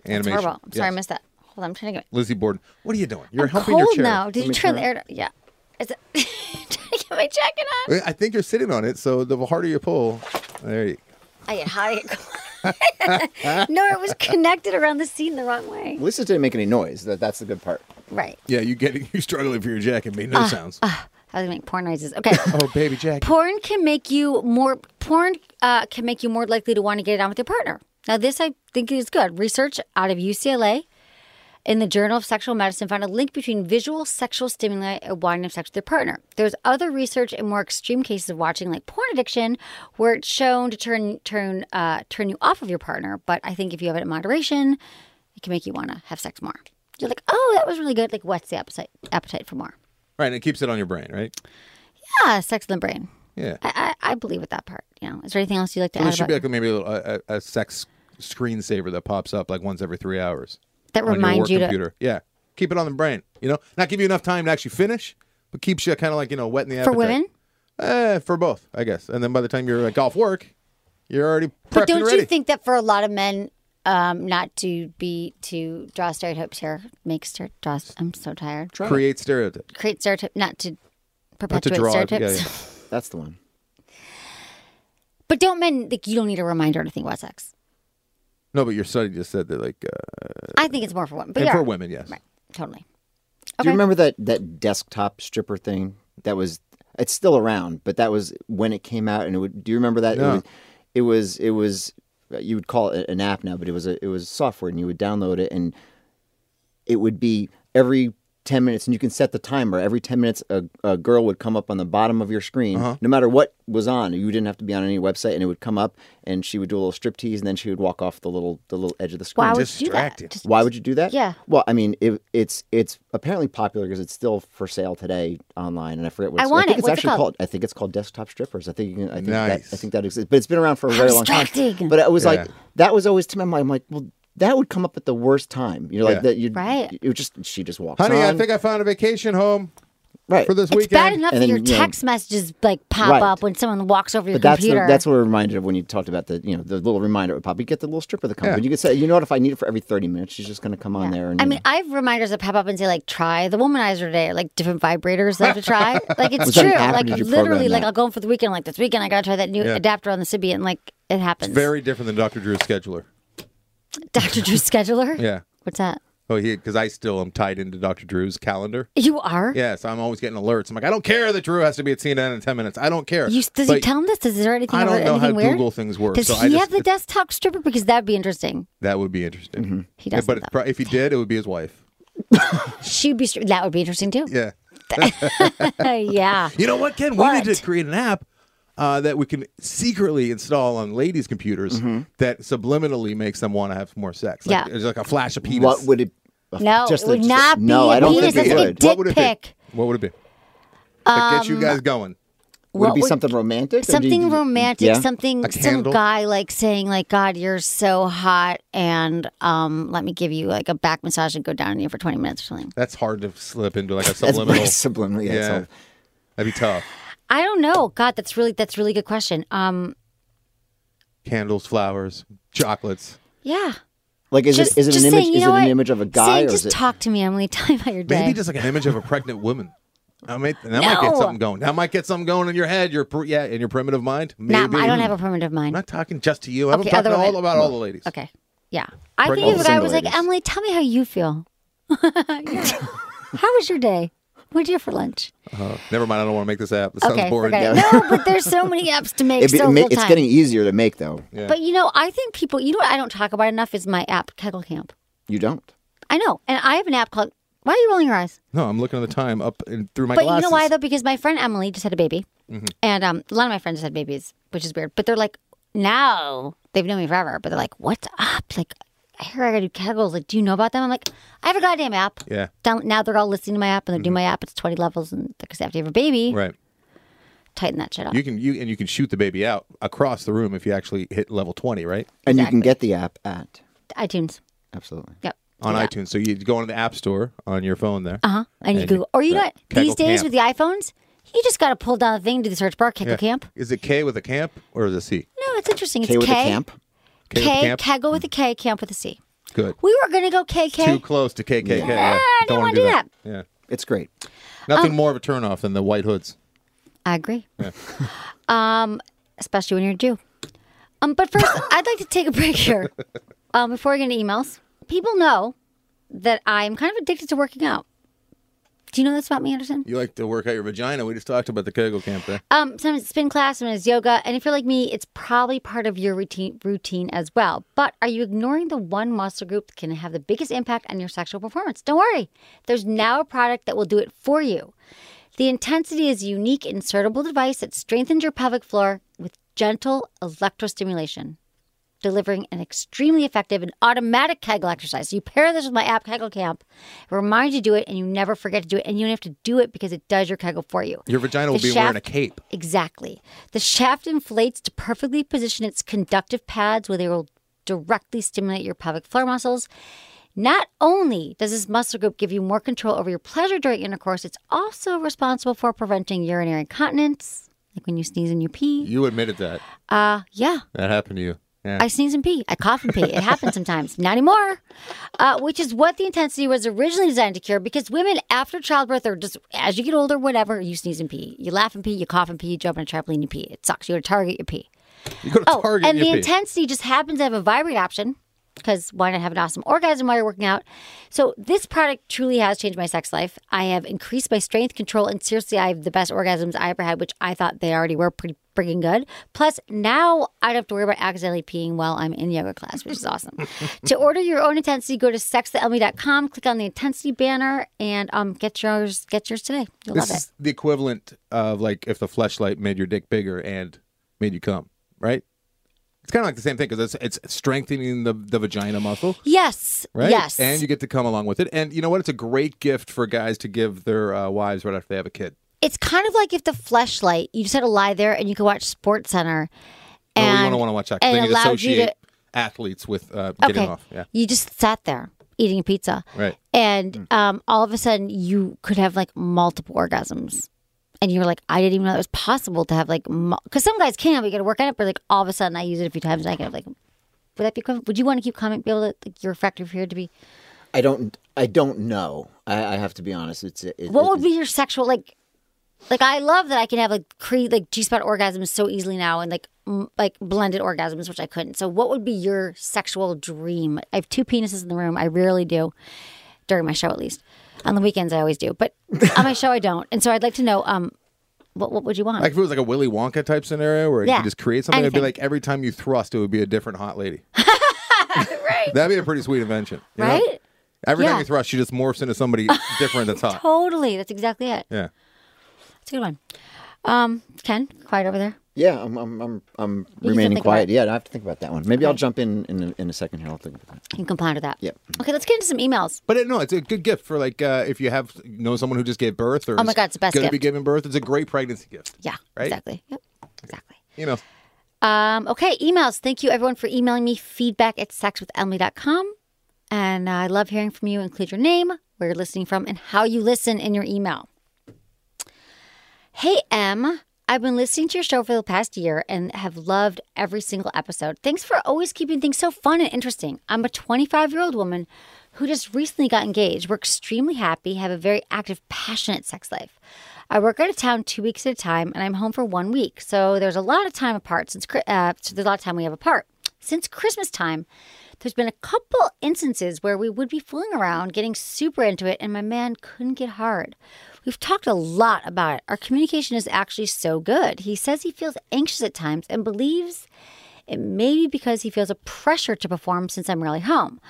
[SPEAKER 1] It's
[SPEAKER 3] animation.
[SPEAKER 1] horrible. I'm sorry, I
[SPEAKER 3] Yes.
[SPEAKER 1] missed that. Hold on, I'm trying to get
[SPEAKER 3] Lizzie Borden, what are you doing? You're
[SPEAKER 1] I'm
[SPEAKER 3] helping
[SPEAKER 1] cold
[SPEAKER 3] your chair.
[SPEAKER 1] now. Did
[SPEAKER 3] Let
[SPEAKER 1] you
[SPEAKER 3] me
[SPEAKER 1] turn
[SPEAKER 3] turn
[SPEAKER 1] the air? Yeah. Is it trying to get my jacket on?
[SPEAKER 3] I think you're sitting on it, so the harder you pull, there you.
[SPEAKER 1] I get hot. I get cold. no, it was connected around the seat in the wrong way.
[SPEAKER 4] At least it didn't make any noise. That that's the good part.
[SPEAKER 1] Right.
[SPEAKER 3] Yeah, you getting you struggling for your jacket made no
[SPEAKER 1] Ah,
[SPEAKER 3] sounds.
[SPEAKER 1] I was gonna make porn noises. Okay.
[SPEAKER 3] oh, baby jacket.
[SPEAKER 1] porn can make you more porn uh, can make you more likely to want to get it on with your partner. Now this I think is good. Research out of UCLA in the Journal of Sexual Medicine found a link between visual sexual stimuli and wanting to have sex with your partner. There's other research in more extreme cases of watching like porn addiction where it's shown to turn turn uh, turn you off of your partner, but I think if you have it in moderation, it can make you want to have sex more. You're like, "Oh, that was really good. Like what's the appetite appetite for more?"
[SPEAKER 3] Right, and it keeps it on your brain, right?
[SPEAKER 1] Ah, sex in the brain.
[SPEAKER 3] Yeah.
[SPEAKER 1] I, I, I believe with that part. You know, is there anything else you'd like to
[SPEAKER 3] there
[SPEAKER 1] add
[SPEAKER 3] should
[SPEAKER 1] about
[SPEAKER 3] be like maybe a, little, a, a a sex screensaver that pops up like once every three hours.
[SPEAKER 1] that
[SPEAKER 3] on your work
[SPEAKER 1] reminds you to?
[SPEAKER 3] computer. Yeah. Keep it on the brain. You know, not give you enough time to actually finish, but keeps you kind of like you know wet in the
[SPEAKER 1] For
[SPEAKER 3] appetite.
[SPEAKER 1] women?
[SPEAKER 3] Eh, for both, I guess. And then by the time you're like off work, you're already prepped
[SPEAKER 1] But don't
[SPEAKER 3] and ready.
[SPEAKER 1] you think that for a lot of men, um, not to be to draw stereotypes here makes stere- draw. I'm so tired.
[SPEAKER 3] create stereotypes?
[SPEAKER 1] Create stereotype, not to
[SPEAKER 3] Not to
[SPEAKER 1] perpetuate
[SPEAKER 3] draw. it. Yeah,
[SPEAKER 1] stereotypes.
[SPEAKER 3] yeah.
[SPEAKER 4] That's the one.
[SPEAKER 1] but don't men like you don't need a reminder or anything about sex.
[SPEAKER 3] No, but your study just said that like uh,
[SPEAKER 1] I think it's more for women. But
[SPEAKER 3] and
[SPEAKER 1] yeah,
[SPEAKER 3] for women, yes.
[SPEAKER 1] right? Totally.
[SPEAKER 4] Do
[SPEAKER 1] Okay.
[SPEAKER 4] you remember that that desktop stripper thing? That was it's still around, but that was when it came out. And it would, do you remember that?
[SPEAKER 3] No.
[SPEAKER 4] It, was, it was it was you would call it an app now, but it was a it was software, and you would download it, and it would be every 10 minutes and you can set the timer. Every 10 minutes, a, a girl would come up on the bottom of your screen, no matter what was on. You didn't have to be on any website, and it would come up and she would do a little strip tease and then she would walk off the little the little edge of the screen.
[SPEAKER 1] Why would you do that?
[SPEAKER 3] distracting.
[SPEAKER 1] Just-
[SPEAKER 4] Why would you do that?
[SPEAKER 1] Yeah.
[SPEAKER 4] Well, I mean, it, it's it's apparently popular because it's still for sale today online, and I forget what
[SPEAKER 1] I
[SPEAKER 4] it's,
[SPEAKER 1] want
[SPEAKER 4] I think
[SPEAKER 1] it.
[SPEAKER 4] it's
[SPEAKER 1] What's it
[SPEAKER 4] actually
[SPEAKER 1] called?
[SPEAKER 4] I think it's called Desktop Strippers. I think you can, I think
[SPEAKER 3] Nice.
[SPEAKER 4] that I think that exists, but it's been around for a very long
[SPEAKER 1] distracting.
[SPEAKER 4] time. But it was like
[SPEAKER 3] Yeah.
[SPEAKER 4] that was always to my mind. I'm like, well, that would come up at the worst time. You know, like
[SPEAKER 3] Yeah.
[SPEAKER 4] that. You
[SPEAKER 1] Right.
[SPEAKER 4] It would just she just walks.
[SPEAKER 3] Honey, I
[SPEAKER 4] on.
[SPEAKER 3] think I found a vacation home
[SPEAKER 4] right
[SPEAKER 3] for this
[SPEAKER 1] It's
[SPEAKER 3] weekend.
[SPEAKER 1] bad enough
[SPEAKER 4] And then,
[SPEAKER 1] your
[SPEAKER 4] you know-
[SPEAKER 1] text messages like pop
[SPEAKER 4] Right.
[SPEAKER 1] up when someone walks over your
[SPEAKER 4] But that's the,
[SPEAKER 1] computer.
[SPEAKER 4] that's what we're reminded of when you talked about the you know the little reminder would pop. You get the little stripper that comes,
[SPEAKER 3] Yeah.
[SPEAKER 4] but you could say you know what if I need it for every thirty minutes, she's just going to come on there. And
[SPEAKER 1] I
[SPEAKER 4] you
[SPEAKER 1] mean,
[SPEAKER 4] know.
[SPEAKER 1] I have reminders that pop up and say like, "Try the womanizer today," or, like different vibrators that I have to try. Like it's
[SPEAKER 4] Was that
[SPEAKER 1] true.
[SPEAKER 4] an app or
[SPEAKER 1] Like
[SPEAKER 4] did you program
[SPEAKER 1] literally, like
[SPEAKER 4] that?
[SPEAKER 1] I'll go in for the weekend. Like this weekend, I gotta try that new
[SPEAKER 3] Yeah.
[SPEAKER 1] adapter on the Sibian. Like it happens.
[SPEAKER 3] Very different than Dr. Drew's scheduler.
[SPEAKER 1] Dr. Drew scheduler.
[SPEAKER 3] Yeah.
[SPEAKER 1] What's that?
[SPEAKER 3] Oh, he because I still am tied into Dr. Drew's calendar.
[SPEAKER 1] You are.
[SPEAKER 3] Yeah, so I'm always getting alerts. I'm like, I don't care that Drew has to be at CNN in ten minutes. I don't care.
[SPEAKER 1] You, does he
[SPEAKER 3] But
[SPEAKER 1] tell him this? Is there anything?
[SPEAKER 3] I don't
[SPEAKER 1] ever-
[SPEAKER 3] know how
[SPEAKER 1] anything weird?
[SPEAKER 3] Google things work,
[SPEAKER 1] Does
[SPEAKER 3] so
[SPEAKER 1] he
[SPEAKER 3] I just-
[SPEAKER 1] have the desktop stripper? Because that'd be interesting.
[SPEAKER 3] That would be interesting.
[SPEAKER 1] Mm-hmm. He
[SPEAKER 3] Yeah,
[SPEAKER 1] doesn't.
[SPEAKER 3] but it's
[SPEAKER 1] though.
[SPEAKER 3] pro- if he did, it would be his wife.
[SPEAKER 1] She'd be. stri- That would be interesting too.
[SPEAKER 3] Yeah.
[SPEAKER 1] yeah.
[SPEAKER 3] You know what, Ken? We need
[SPEAKER 1] What?
[SPEAKER 3] to create an app uh, that we can secretly install on ladies' computers that subliminally makes them want to have more sex. Like,
[SPEAKER 1] Mm-hmm. Yeah.
[SPEAKER 3] It's like a flash of penis.
[SPEAKER 4] what would it?
[SPEAKER 1] No, it
[SPEAKER 4] a-
[SPEAKER 1] would not
[SPEAKER 4] No,
[SPEAKER 1] be a
[SPEAKER 4] I don't
[SPEAKER 1] penis.
[SPEAKER 4] think it
[SPEAKER 1] That's like a
[SPEAKER 4] would.
[SPEAKER 1] dick
[SPEAKER 3] What would it
[SPEAKER 1] pic. Um,
[SPEAKER 3] be? What would it be? That gets you guys going.
[SPEAKER 4] Would it
[SPEAKER 1] What
[SPEAKER 4] be
[SPEAKER 1] would-
[SPEAKER 4] something romantic? or do you-
[SPEAKER 1] something
[SPEAKER 4] do you-
[SPEAKER 1] romantic
[SPEAKER 4] yeah?
[SPEAKER 1] something
[SPEAKER 3] A
[SPEAKER 1] some
[SPEAKER 3] candle?
[SPEAKER 1] guy like saying like god you're so hot and um let me give you like a back massage and go down on you for 20 minutes or something
[SPEAKER 3] That's hard to slip into like a
[SPEAKER 4] That's
[SPEAKER 3] subliminal.
[SPEAKER 4] subliminal. Yeah.
[SPEAKER 3] yeah.
[SPEAKER 4] so-
[SPEAKER 3] That'd be tough.
[SPEAKER 1] i don't know god that's really that's a really good question um
[SPEAKER 3] Candles, flowers, chocolates.
[SPEAKER 1] yeah
[SPEAKER 4] like, is
[SPEAKER 1] just
[SPEAKER 4] it is it
[SPEAKER 1] just
[SPEAKER 4] an image?
[SPEAKER 1] saying, you
[SPEAKER 4] is it
[SPEAKER 1] know
[SPEAKER 4] an
[SPEAKER 1] what?
[SPEAKER 4] image of a guy
[SPEAKER 1] saying,
[SPEAKER 4] or
[SPEAKER 1] just
[SPEAKER 4] is it?
[SPEAKER 1] talk to me emily tell me about your day
[SPEAKER 3] Maybe just like an image of a pregnant woman. I might, that might get
[SPEAKER 1] No.
[SPEAKER 3] something going. That might get something going in your head, your pr- yeah, in your primitive mind. Maybe.
[SPEAKER 1] Not- i don't have a primitive
[SPEAKER 3] I'm
[SPEAKER 1] mind
[SPEAKER 3] not talking just to you. I'm
[SPEAKER 1] Okay,
[SPEAKER 3] talking
[SPEAKER 1] other
[SPEAKER 3] all
[SPEAKER 1] women.
[SPEAKER 3] about all the ladies.
[SPEAKER 1] okay yeah i
[SPEAKER 3] Pregnant
[SPEAKER 1] think if a guy
[SPEAKER 4] single
[SPEAKER 1] was like
[SPEAKER 4] ladies.
[SPEAKER 1] emily tell me how you feel Yeah. how was your day what'd you have for lunch
[SPEAKER 3] Never mind. I don't want to make this app. It sounds
[SPEAKER 1] okay
[SPEAKER 3] boring.
[SPEAKER 1] forget it. no but there's so many apps to make
[SPEAKER 4] It'd be-
[SPEAKER 1] so
[SPEAKER 4] it ma-
[SPEAKER 1] little
[SPEAKER 4] it's
[SPEAKER 1] time.
[SPEAKER 4] getting easier to make though.
[SPEAKER 3] Yeah.
[SPEAKER 1] But you know, I think people, you know what I don't talk about enough is my app, Kegel Camp.
[SPEAKER 4] You don't.
[SPEAKER 1] I know. And I have an app called, why are you rolling your eyes?
[SPEAKER 3] No, I'm looking at the time up and through my
[SPEAKER 1] But
[SPEAKER 3] glasses. Mm-hmm.
[SPEAKER 1] you know why though? Because my friend Emily just had a baby. And um, a lot of my friends just had babies, which is weird. But they're like, now they've known me forever. But they're like, what's up? Like, I hear I gotta do kegels. Like, do you know about them? I'm like, I have a goddamn app.
[SPEAKER 3] Yeah. Mm-hmm.
[SPEAKER 1] Down, now they're all listening to my app and they're doing my app. It's 20 levels and because they have to have a baby.
[SPEAKER 3] Right.
[SPEAKER 1] Tighten that shit up.
[SPEAKER 3] You can you and you can shoot the baby out across the room if you actually hit level 20, right?
[SPEAKER 4] And you can get the app at
[SPEAKER 1] iTunes.
[SPEAKER 4] absolutely.
[SPEAKER 1] Yep.
[SPEAKER 3] On iTunes. So you go into the app store on your phone there.
[SPEAKER 1] Uh huh. And you
[SPEAKER 3] And you-
[SPEAKER 1] Google. Or you know
[SPEAKER 3] right.
[SPEAKER 1] what? These
[SPEAKER 3] Kegel
[SPEAKER 1] days
[SPEAKER 3] Camp.
[SPEAKER 1] with the iPhones, you just got to pull down the thing, do the search bar, Kegel
[SPEAKER 3] Yeah.
[SPEAKER 1] Camp.
[SPEAKER 3] Is it K with a camp or is it C?
[SPEAKER 1] No, it's interesting. It's
[SPEAKER 4] K
[SPEAKER 1] K.
[SPEAKER 4] with the camp.
[SPEAKER 3] K with a
[SPEAKER 1] K,
[SPEAKER 3] camp?
[SPEAKER 1] Kegel with a K, Camp with a C.
[SPEAKER 3] Good.
[SPEAKER 1] We were going to go KK.
[SPEAKER 3] Too close to KKK. Yeah,
[SPEAKER 1] I didn't
[SPEAKER 3] wanna
[SPEAKER 1] wanna do Um,
[SPEAKER 3] Yeah.
[SPEAKER 4] It's great.
[SPEAKER 3] Nothing more of a turnoff than the white hoods.
[SPEAKER 1] I agree. um, especially when you're a Jew. Um, but first, I'd like to take a break here um, before we get into emails. People know that I'm kind of addicted to working out. Do you know this about me, Anderson?
[SPEAKER 3] You like to work out your vagina. We just talked about the Kegel camp there.
[SPEAKER 1] Um, sometimes it's spin class, sometimes it's yoga, and if you're like me, it's probably part of your routine routine as well. But are you ignoring the one muscle group that can have the biggest impact on your sexual performance? Don't worry, there's now a product that will do it for you. The Intensity is a unique insertable device that strengthens your pelvic floor with gentle electrostimulation delivering an extremely effective and automatic Kegel exercise. So you pair this with my app, Kegel Camp. It reminds you to do it, and you never forget to do it, and you don't have to do it because it does your Kegel for you.
[SPEAKER 3] Your vagina will
[SPEAKER 1] The
[SPEAKER 3] be wearing a
[SPEAKER 1] shaft-
[SPEAKER 3] cape.
[SPEAKER 1] Exactly. The shaft inflates to perfectly position its conductive pads where they will directly stimulate your pelvic floor muscles. Not only does this muscle group give you more control over your pleasure during intercourse, it's also responsible for preventing urinary incontinence, like when you sneeze and you pee.
[SPEAKER 3] You admitted that.
[SPEAKER 1] Uh, yeah,
[SPEAKER 3] That happened to you. Yeah.
[SPEAKER 1] I sneeze and pee. I cough and pee. It happens sometimes. Not anymore. Uh, which is what the intensity was originally designed to cure because women after childbirth or just as you get older, whatever, you sneeze and pee. You laugh and pee, you cough and pee, you jump on a trampoline, you pee. It sucks. You go to Target, you pee.
[SPEAKER 3] you go to
[SPEAKER 1] Oh,
[SPEAKER 3] Target
[SPEAKER 1] and
[SPEAKER 3] you
[SPEAKER 1] the
[SPEAKER 3] pee.
[SPEAKER 1] intensity just happens to have a vibrate option because why not have an awesome orgasm while you're working out? So this product truly has changed my sex life. I have increased my strength control, and seriously, I have the best orgasms I ever had, which I thought they already were pretty freaking good. Plus, now I don't have to worry about accidentally peeing while I'm in yoga class, which is awesome. to order your own intensity, go to sexthelmy.com, click on the intensity banner, and um, get yours. Get yours today. You'll
[SPEAKER 3] This
[SPEAKER 1] love it.
[SPEAKER 3] is the equivalent of like if the fleshlight made your dick bigger and made you come, right? It's kind of like the same thing because it's it's strengthening the, the vagina muscle,
[SPEAKER 1] Yes.
[SPEAKER 3] right?
[SPEAKER 1] Yes.
[SPEAKER 3] and you get to come along with it. And you know what? It's a great gift for guys to give their uh, wives right after they have a kid.
[SPEAKER 1] it's kind of like if the fleshlight you just had to lie there and you could watch sports center
[SPEAKER 3] No, Oh, you
[SPEAKER 1] and
[SPEAKER 3] want to want to watch that. 'cause
[SPEAKER 1] and
[SPEAKER 3] Then you
[SPEAKER 1] allowed
[SPEAKER 3] associate
[SPEAKER 1] you to
[SPEAKER 3] athletes with uh, getting
[SPEAKER 1] okay
[SPEAKER 3] off. Yeah,
[SPEAKER 1] you just sat there eating a pizza
[SPEAKER 3] right. Hmm.
[SPEAKER 1] and um, all of a sudden you could have like multiple orgasms and you were like i didn't even know that was possible to have like because some guys can but you gotta work at it but like all of a sudden i use it a few times and i can have like would that be cool? would you want to keep coming be able to like your effective here to be
[SPEAKER 4] I don't. I don't know. I, I have to be honest. It's it,
[SPEAKER 1] what would
[SPEAKER 4] it's-
[SPEAKER 1] be your sexual like like i love that i can have like cre- like g-spot orgasms so easily now and like m- like blended orgasms which i couldn't so what would be your sexual dream i have two penises in the room i rarely do during my show at least on the weekends i always do but on my show i don't and so i'd like to know um what, what would you want
[SPEAKER 3] Like if it was like a Willy Wonka type scenario where you
[SPEAKER 1] Yeah.
[SPEAKER 3] could just create something, it'd be like
[SPEAKER 1] Anything.
[SPEAKER 3] every time you thrust, it would be a different hot lady. right. That'd be a pretty sweet invention. you know?
[SPEAKER 1] right
[SPEAKER 3] Every time
[SPEAKER 1] Yeah.
[SPEAKER 3] you thrust, she just morphs into somebody different that's hot.
[SPEAKER 1] totally that's exactly it
[SPEAKER 3] Yeah.
[SPEAKER 1] that's a good one um ken quiet over there
[SPEAKER 4] Yeah, I'm. I'm. I'm, I'm
[SPEAKER 1] can
[SPEAKER 4] remaining
[SPEAKER 1] think about
[SPEAKER 4] quiet.
[SPEAKER 1] it.
[SPEAKER 4] Yeah, I have to think about that one. Maybe I'll jump in in a, in a second here. I'll think about that.
[SPEAKER 1] you can comply to that
[SPEAKER 4] Yep.
[SPEAKER 1] okay let's get into some emails
[SPEAKER 3] But it, no, it's a good gift for like uh, if you have you know someone who just gave birth or
[SPEAKER 1] Oh my
[SPEAKER 3] is
[SPEAKER 1] God, it's the best
[SPEAKER 3] gonna be
[SPEAKER 1] gift.
[SPEAKER 3] giving birth. It's a great pregnancy gift.
[SPEAKER 1] yeah
[SPEAKER 3] Right.
[SPEAKER 1] exactly yep exactly
[SPEAKER 3] You know,
[SPEAKER 1] Um, okay, emails. Thank you everyone for emailing me feedback at sexwithemily.com. And uh, I love hearing from you. Include your name, where you're listening from, and how you listen in your email. Hey, Em. I've been listening to your show for the past year and have loved every single episode. Thanks for always keeping things so fun and interesting. I'm a 25 year old woman who just recently got engaged. We're extremely happy, have a very active, passionate sex life. I work out of town two weeks at a time and I'm home for one week. So there's a lot of time apart since, Chri- uh, so there's a lot of time we have apart. Since Christmas time, there's been a couple instances where we would be fooling around, getting super into it, and my man couldn't get hard. We've talked a lot about it. Our communication is actually so good. He says he feels anxious at times and believes it may be because he feels a pressure to perform since I'm really home.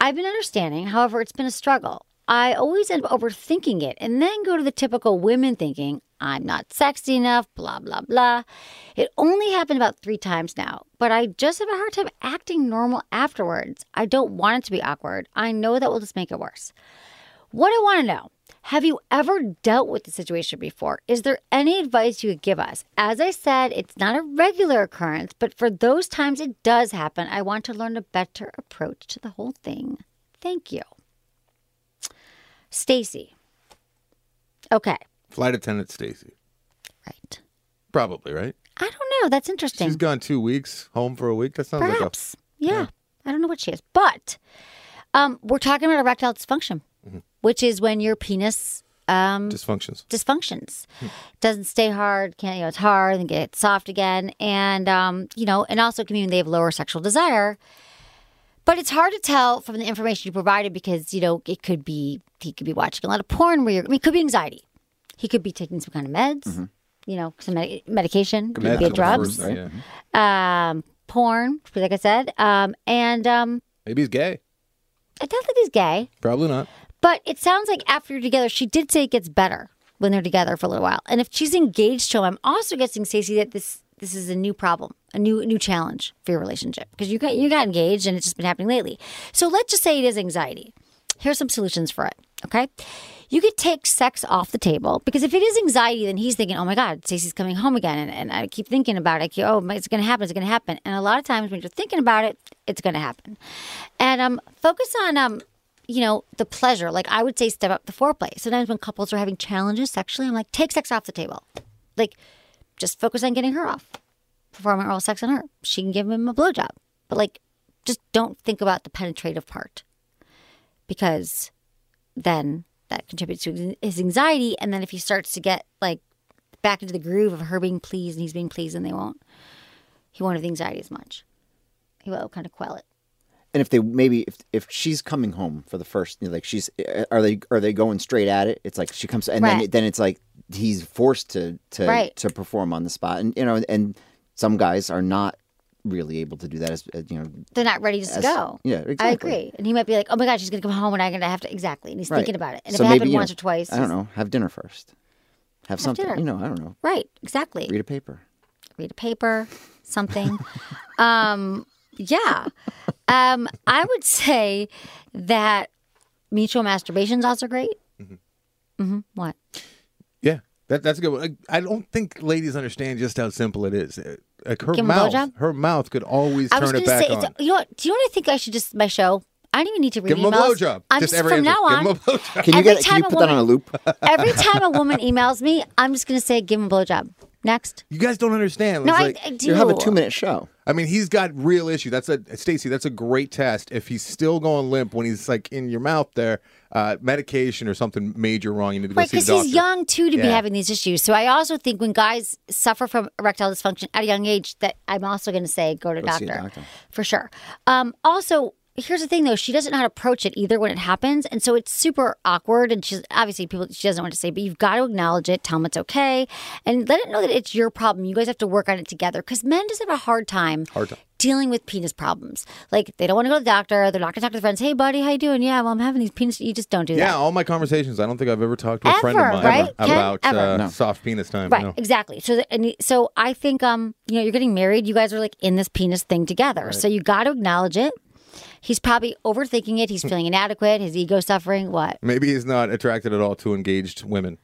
[SPEAKER 1] I've been understanding, however, it's been a struggle. I always end up overthinking it and then go to the typical women thinking, I'm not sexy enough, blah, blah, blah. It only happened about three times now, but I just have a hard time acting normal afterwards. I don't want it to be awkward. I know that will just make it worse. What I want to know have you ever dealt with the situation before? Is there any advice you could give us? As I said, it's not a regular occurrence, but for those times it does happen, I want to learn a better approach to the whole thing. Thank you. Stacy. Okay,
[SPEAKER 3] flight attendant Stacy,
[SPEAKER 1] right.
[SPEAKER 3] probably right.
[SPEAKER 1] I don't know. That's interesting.
[SPEAKER 3] She's gone two weeks, home for a week. That sounds like a
[SPEAKER 1] Perhaps. yeah. I don't know what she is. But um, we're talking about erectile dysfunction, which is when your penis um,
[SPEAKER 3] dysfunctions.
[SPEAKER 1] dysfunctions. Doesn't stay hard, can't you know, it's hard and get soft again. And um, you know, and also it can mean they have lower sexual desire. But it's hard to tell from the information you provided because, you know, it could be he could be watching a lot of porn where you're I mean, it could be anxiety. He could be taking some kind of meds, you know, some med- medication, could
[SPEAKER 3] Imagine
[SPEAKER 1] be
[SPEAKER 3] the
[SPEAKER 1] drugs,
[SPEAKER 3] first- yeah.
[SPEAKER 1] um, porn, like I said. Um, and um,
[SPEAKER 3] Maybe he's gay.
[SPEAKER 1] I don't think he's gay.
[SPEAKER 3] Probably not.
[SPEAKER 1] But it sounds like after you're together, she did say it gets better when they're together for a little while. And if she's engaged to him, I'm also guessing Stacey that this this is a new problem, a new new challenge for your relationship because you got you got engaged and it's just been happening lately. So let's just say it is anxiety. Here's some solutions for it. Okay. You could take sex off the table because if it is anxiety, then he's thinking, oh my God, Stacey's coming home again. And, and I keep thinking about it. I keep, oh, my, it's going to happen. It's going to happen. And a lot of times when you're thinking about it, it's going to happen. And um, focus on um, you know, the pleasure. Like I would say, step up the foreplay. Sometimes when couples are having challenges sexually, I'm like, take sex off the table. Like, just focus on getting her off, performing oral sex on her. She can give him a blowjob, but like, just don't think about the penetrative part because then that contributes to his anxiety. And then if he starts to get like back into the groove of her being pleased and he's being pleased, and they won't, he won't have the anxiety as much. He will kind of quell it.
[SPEAKER 4] and if they maybe if if she's coming home for the first, you know, like she's eh, are they are they going straight at it? It's like she comes and
[SPEAKER 1] Right.
[SPEAKER 4] then then it's like he's forced to to
[SPEAKER 1] Right.
[SPEAKER 4] to perform on the spot, and you know, and some guys are not really able to do that as uh, you know
[SPEAKER 1] They're not ready just to
[SPEAKER 4] As-
[SPEAKER 1] go.
[SPEAKER 4] yeah,
[SPEAKER 1] I
[SPEAKER 4] exactly.
[SPEAKER 1] agree. And he might be like, oh my God, she's going to come home and I'm going to have to. Exactly. And he's
[SPEAKER 4] right.
[SPEAKER 1] thinking about it. And
[SPEAKER 4] So
[SPEAKER 1] if it
[SPEAKER 4] maybe,
[SPEAKER 1] happened
[SPEAKER 4] you know,
[SPEAKER 1] once or twice.
[SPEAKER 4] I don't know, have dinner first, have, something,
[SPEAKER 1] dinner.
[SPEAKER 4] you know, I don't know,
[SPEAKER 1] Right. Exactly.
[SPEAKER 4] read a paper.
[SPEAKER 1] read a paper, something. um, yeah. Um, I would say that mutual masturbation is also great. Mm-hmm. What?
[SPEAKER 3] Yeah, that, that's a good one. I, I don't think ladies understand just how simple it is. Uh, Like her
[SPEAKER 1] Give 'em a
[SPEAKER 3] mouth,
[SPEAKER 1] blowjob?
[SPEAKER 3] her mouth could always
[SPEAKER 1] I was
[SPEAKER 3] turn
[SPEAKER 1] going
[SPEAKER 3] it
[SPEAKER 1] to
[SPEAKER 3] back
[SPEAKER 1] say,
[SPEAKER 3] on.
[SPEAKER 1] it's, you know what? Do you know what I think I should just, my show? I don't even need to read
[SPEAKER 3] Give him a
[SPEAKER 1] emails.
[SPEAKER 3] blowjob.
[SPEAKER 1] I'm just, from
[SPEAKER 3] answer.
[SPEAKER 1] now on.
[SPEAKER 3] Give him a blowjob.
[SPEAKER 4] Can you
[SPEAKER 1] E Every
[SPEAKER 4] get can
[SPEAKER 1] time
[SPEAKER 4] you
[SPEAKER 1] a
[SPEAKER 4] put that on a
[SPEAKER 1] woman-
[SPEAKER 4] loop?
[SPEAKER 1] Every time a woman emails me, I'm just going to say, give him a blowjob. Next.
[SPEAKER 3] You guys don't understand.
[SPEAKER 1] No,
[SPEAKER 3] It's
[SPEAKER 1] I,
[SPEAKER 3] like-
[SPEAKER 1] I do.
[SPEAKER 4] You have a two minute show.
[SPEAKER 3] I mean, he's got real issue. That's a Stacy. That's a great test. If he's still going limp when he's like in your mouth, there, uh, medication or something major wrong. You need to go
[SPEAKER 1] Right,
[SPEAKER 3] see the
[SPEAKER 1] because
[SPEAKER 3] doctor.
[SPEAKER 1] he's young too to be
[SPEAKER 3] Yeah.
[SPEAKER 1] having these issues. So I also think when guys suffer from erectile dysfunction at a young age, that I'm also going to say go to
[SPEAKER 4] see a
[SPEAKER 1] doctor,
[SPEAKER 4] doctor.
[SPEAKER 1] for sure. Um, also, here's the thing though: she doesn't know how to approach it either when it happens, and so it's super awkward. And she's obviously people she doesn't want to say, but you've got to acknowledge it, tell them it's okay, and let it know that it's your problem. You guys have to work on it together because men just have a hard time. Hard time. Dealing with penis problems, like they don't want to go to the doctor. They're not going to talk to their friends. Hey, buddy, how you doing? Yeah, well, I'm having these penis. You just don't do that.
[SPEAKER 3] Yeah, all my conversations. I don't think I've ever talked to a friend of
[SPEAKER 1] Ever,
[SPEAKER 3] mine
[SPEAKER 1] right, Ken?
[SPEAKER 3] about
[SPEAKER 1] Ever.
[SPEAKER 3] Uh, soft penis time.
[SPEAKER 1] Right,
[SPEAKER 3] No.
[SPEAKER 1] exactly. So, the, and so I think, um, you know, you're getting married. You guys are like in this penis thing together. So you got to acknowledge it. He's probably overthinking it. He's
[SPEAKER 4] Hmm.
[SPEAKER 1] feeling inadequate. His ego suffering. What?
[SPEAKER 3] Maybe he's not attracted at all to engaged women.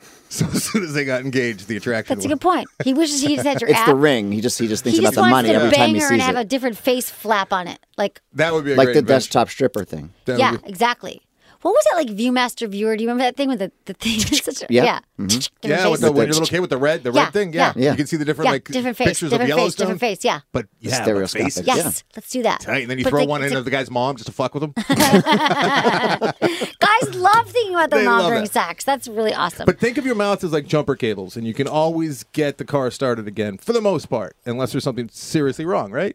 [SPEAKER 3] So as soon as they got engaged, the attraction.
[SPEAKER 1] That's a good point. He wishes he just had your
[SPEAKER 4] It's
[SPEAKER 1] app.
[SPEAKER 4] the ring. He just he just thinks
[SPEAKER 1] He just
[SPEAKER 4] about the
[SPEAKER 1] wants
[SPEAKER 4] money
[SPEAKER 1] to
[SPEAKER 4] every
[SPEAKER 1] bang
[SPEAKER 4] time he
[SPEAKER 1] her and
[SPEAKER 4] sees
[SPEAKER 1] have a
[SPEAKER 4] it,
[SPEAKER 1] different face flap on it. Like,
[SPEAKER 3] that would be a
[SPEAKER 4] like
[SPEAKER 3] great
[SPEAKER 4] the
[SPEAKER 3] invention.
[SPEAKER 4] desktop stripper thing.
[SPEAKER 3] That would
[SPEAKER 1] yeah,
[SPEAKER 3] be-
[SPEAKER 1] exactly. What was that like, ViewMaster Viewer? Do you remember that thing with the, the thing? Such a-
[SPEAKER 4] Yeah. Mm-hmm.
[SPEAKER 1] yeah. Different
[SPEAKER 3] Yeah, with the,
[SPEAKER 1] faces.
[SPEAKER 3] when you're a little kid with the red, the
[SPEAKER 1] Yeah,
[SPEAKER 3] red thing.
[SPEAKER 1] yeah.
[SPEAKER 3] Yeah.
[SPEAKER 4] Yeah.
[SPEAKER 3] you can see the different
[SPEAKER 1] Yeah,
[SPEAKER 3] like
[SPEAKER 1] different face,
[SPEAKER 3] pictures
[SPEAKER 1] different
[SPEAKER 3] of
[SPEAKER 1] face,
[SPEAKER 3] Yellowstone.
[SPEAKER 1] different face. Yeah.
[SPEAKER 3] But yeah, but
[SPEAKER 4] stereoscopic.
[SPEAKER 3] faces.
[SPEAKER 4] Yeah.
[SPEAKER 1] Yes, let's do that.
[SPEAKER 3] Tight, and then you
[SPEAKER 1] But
[SPEAKER 3] throw
[SPEAKER 1] like,
[SPEAKER 3] one
[SPEAKER 1] it's
[SPEAKER 3] in
[SPEAKER 1] a-
[SPEAKER 3] of the guy's mom just to fuck with him.
[SPEAKER 1] Guys love thinking about their
[SPEAKER 3] They
[SPEAKER 1] mom
[SPEAKER 3] love
[SPEAKER 1] during
[SPEAKER 3] it.
[SPEAKER 1] sex. That's really awesome.
[SPEAKER 3] But think of your mouth as like jumper cables, and you can always get the car started again for the most part, unless there's something seriously wrong, right?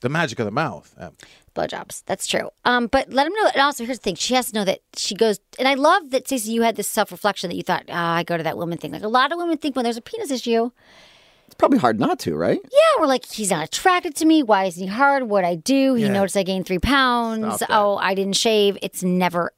[SPEAKER 3] The magic of the mouth. Um,
[SPEAKER 1] blowjobs. That's true. Um, but let them know. And also, here's the thing: she has to know that she goes. And I love that, Stacey, you had this self reflection that you thought, ah, I go to that woman thing. Like a lot of women think when there's a penis issue,
[SPEAKER 4] It's probably hard not to, right?
[SPEAKER 1] yeah, we're like, he's not attracted to me. Why isn't he hard? What I do? He noticed I gained three pounds. Oh, I didn't shave. It's never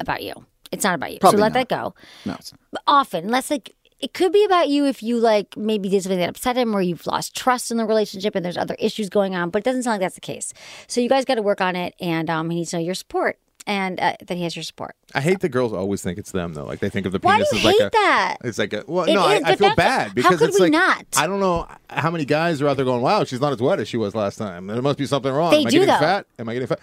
[SPEAKER 1] about you. It's not about you.
[SPEAKER 4] Probably
[SPEAKER 1] so let that
[SPEAKER 4] not.
[SPEAKER 1] go.
[SPEAKER 4] No, it's not.
[SPEAKER 1] often unless like it could be about you if you like maybe did something that upset him or you've lost trust in the relationship and there's other issues going on but it doesn't sound like that's the case so you guys got to work on it and um, he needs to know your support and uh, that he has your support
[SPEAKER 3] I hate that girls always think it's them though. Like they think of the
[SPEAKER 1] Why do
[SPEAKER 3] penis
[SPEAKER 1] you
[SPEAKER 3] as like
[SPEAKER 1] hate
[SPEAKER 3] a.
[SPEAKER 1] that?
[SPEAKER 3] It's like a well,
[SPEAKER 1] It
[SPEAKER 3] no,
[SPEAKER 1] is,
[SPEAKER 3] I, I
[SPEAKER 1] but
[SPEAKER 3] feel
[SPEAKER 1] that's-
[SPEAKER 3] bad
[SPEAKER 1] how
[SPEAKER 3] because
[SPEAKER 1] could
[SPEAKER 3] it's
[SPEAKER 1] we
[SPEAKER 3] like
[SPEAKER 1] not?
[SPEAKER 3] I don't know how many guys are out there going, "Wow, she's not as wet as she was last time." There must be something wrong.
[SPEAKER 1] They
[SPEAKER 3] Am I
[SPEAKER 1] do,
[SPEAKER 3] getting
[SPEAKER 1] though.
[SPEAKER 3] fat? Am I getting fat?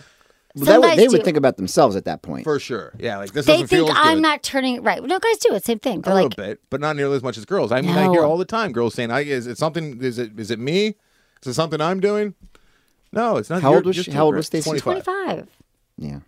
[SPEAKER 4] Well,
[SPEAKER 1] Some
[SPEAKER 4] that would-
[SPEAKER 1] guys
[SPEAKER 4] they would
[SPEAKER 1] do.
[SPEAKER 4] think about themselves at that point.
[SPEAKER 3] For sure. Yeah, like this
[SPEAKER 1] they
[SPEAKER 3] doesn't
[SPEAKER 1] think
[SPEAKER 3] feel
[SPEAKER 1] i'm
[SPEAKER 3] good.
[SPEAKER 1] not turning right no guys do it's same thing
[SPEAKER 3] a
[SPEAKER 1] they're like
[SPEAKER 3] little bit, but not nearly as much as girls. I mean, I hear
[SPEAKER 1] No.
[SPEAKER 3] all the time girls saying, "I is it something? Is it is it me? Is it something I'm doing?" No, it's not.
[SPEAKER 4] How
[SPEAKER 3] You're-
[SPEAKER 4] old was
[SPEAKER 3] you're
[SPEAKER 4] she- how old
[SPEAKER 3] stupid.
[SPEAKER 4] was Stacey?
[SPEAKER 1] 25
[SPEAKER 4] yeah,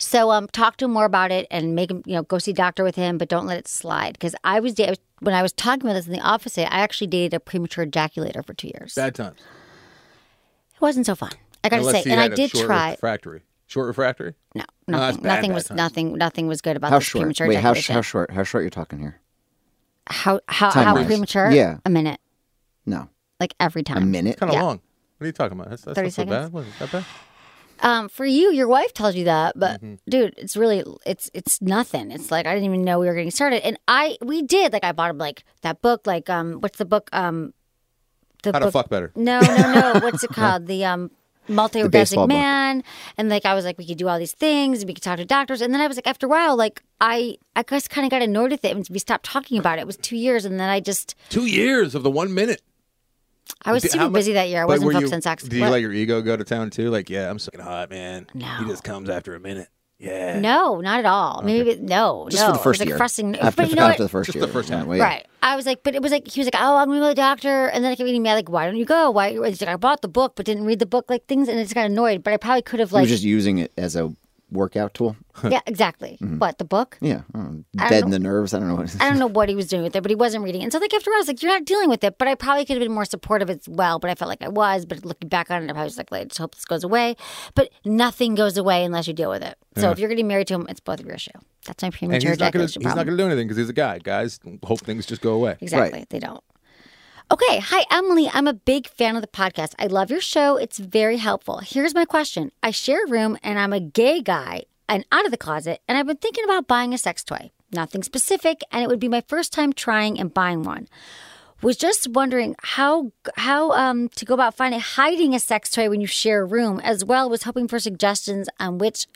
[SPEAKER 1] So um, talk to him more about it and make him, you know, go see a doctor with him, but don't let it slide. Because I was da- when I was talking about this in the office, today, I actually dated a premature ejaculator for two years.
[SPEAKER 3] Bad times.
[SPEAKER 1] it wasn't so fun. I got to say,
[SPEAKER 3] Unless he
[SPEAKER 1] and I
[SPEAKER 3] had a
[SPEAKER 1] did
[SPEAKER 3] short
[SPEAKER 1] try.
[SPEAKER 3] refractory. Short refractory.
[SPEAKER 1] No,
[SPEAKER 3] No, that's
[SPEAKER 1] nothing.
[SPEAKER 3] bad,
[SPEAKER 1] nothing
[SPEAKER 3] bad
[SPEAKER 1] was
[SPEAKER 3] times.
[SPEAKER 1] nothing. Nothing was good about
[SPEAKER 4] how
[SPEAKER 1] this
[SPEAKER 4] short?
[SPEAKER 1] premature
[SPEAKER 4] Wait, how, sh-
[SPEAKER 1] ejaculation.
[SPEAKER 4] how short? How short you're talking here?
[SPEAKER 1] how how,
[SPEAKER 4] Time
[SPEAKER 1] how
[SPEAKER 4] wise.
[SPEAKER 1] premature?
[SPEAKER 4] Yeah.
[SPEAKER 1] a minute,
[SPEAKER 4] No,
[SPEAKER 1] like every time.
[SPEAKER 4] a minute.
[SPEAKER 3] Kind of
[SPEAKER 1] Yeah.
[SPEAKER 3] long. What are you talking about? That's, that's
[SPEAKER 1] 30
[SPEAKER 3] not so
[SPEAKER 1] seconds.
[SPEAKER 3] bad. Wasn't that bad?
[SPEAKER 1] Um, for you, your wife tells you that, but dude, it's really it's it's nothing. It's like I didn't even know we were getting started, and I we did like I bought him like that book, like um, what's the book? Um, the
[SPEAKER 3] How to
[SPEAKER 1] book.
[SPEAKER 3] fuck better.
[SPEAKER 1] No, no, no. What's it called? The um
[SPEAKER 4] baseball
[SPEAKER 1] multi-orgasmic
[SPEAKER 4] book.
[SPEAKER 1] man. And like I was like, we could do all these things and we could talk to doctors. And then I was like, after a while, like I I guess kind of got annoyed with it and we stopped talking about it. It was two years and then I just
[SPEAKER 3] Two years of the one minute.
[SPEAKER 1] I was
[SPEAKER 3] Did-
[SPEAKER 1] super
[SPEAKER 3] how much-
[SPEAKER 1] busy that year. I
[SPEAKER 3] but
[SPEAKER 1] wasn't
[SPEAKER 3] were you-
[SPEAKER 1] focused on sex.
[SPEAKER 3] Did you
[SPEAKER 1] What?
[SPEAKER 3] let your ego go to town too? Like, yeah, I'm fucking hot, man.
[SPEAKER 1] No.
[SPEAKER 3] He just comes after a minute. Yeah.
[SPEAKER 1] no, not at all. Maybe no,
[SPEAKER 4] Just
[SPEAKER 1] no.
[SPEAKER 4] for the
[SPEAKER 1] it
[SPEAKER 4] first
[SPEAKER 1] was, like,
[SPEAKER 4] year.
[SPEAKER 1] Frustrating.
[SPEAKER 4] After,
[SPEAKER 1] but you know
[SPEAKER 4] after
[SPEAKER 1] what?
[SPEAKER 4] the first
[SPEAKER 3] Just
[SPEAKER 4] year,
[SPEAKER 3] the first
[SPEAKER 4] it went
[SPEAKER 3] half.
[SPEAKER 4] way up.
[SPEAKER 1] Right. I was like, but it was like he was like, oh, I'm gonna go to the doctor, and then I kept getting mad, like, why don't you go? Why? It's like I bought the book, but didn't read the book, like things, and I just got annoyed. But I probably could have
[SPEAKER 4] He
[SPEAKER 1] like
[SPEAKER 4] was just using it as a workout tool.
[SPEAKER 1] yeah, exactly.
[SPEAKER 4] Mm-hmm.
[SPEAKER 1] What the book?
[SPEAKER 4] Yeah, I don't know.
[SPEAKER 1] I don't
[SPEAKER 4] dead in
[SPEAKER 1] know.
[SPEAKER 4] the nerves. I don't know what. It is.
[SPEAKER 1] I don't know what he was doing with it, but he wasn't reading. it. And so, like after I was like, "You're not dealing with it," but I probably could have been more supportive as well. But I felt like I was. But looking back on it, I probably was like, "I just hope this goes away." But nothing goes away unless you deal with it. So if you're getting married to him, it's both of your issue. That's my
[SPEAKER 3] And
[SPEAKER 1] premature
[SPEAKER 3] he's not gonna he's
[SPEAKER 1] ejaculation
[SPEAKER 3] not
[SPEAKER 1] problem.
[SPEAKER 3] gonna do anything because he's a guy. Guys hope things just go away.
[SPEAKER 1] Exactly. They don't. Okay. Hi, Emily. I'm a big fan of the podcast. I love your show. It's very helpful. Here's my question I share a room and I'm a gay guy and out of the closet, and I've been thinking about buying a sex toy. Nothing specific, and it would be my first time trying and buying one. Was just wondering how how um, to go about finding hiding a sex toy when you share a room, as well was hoping for suggestions on which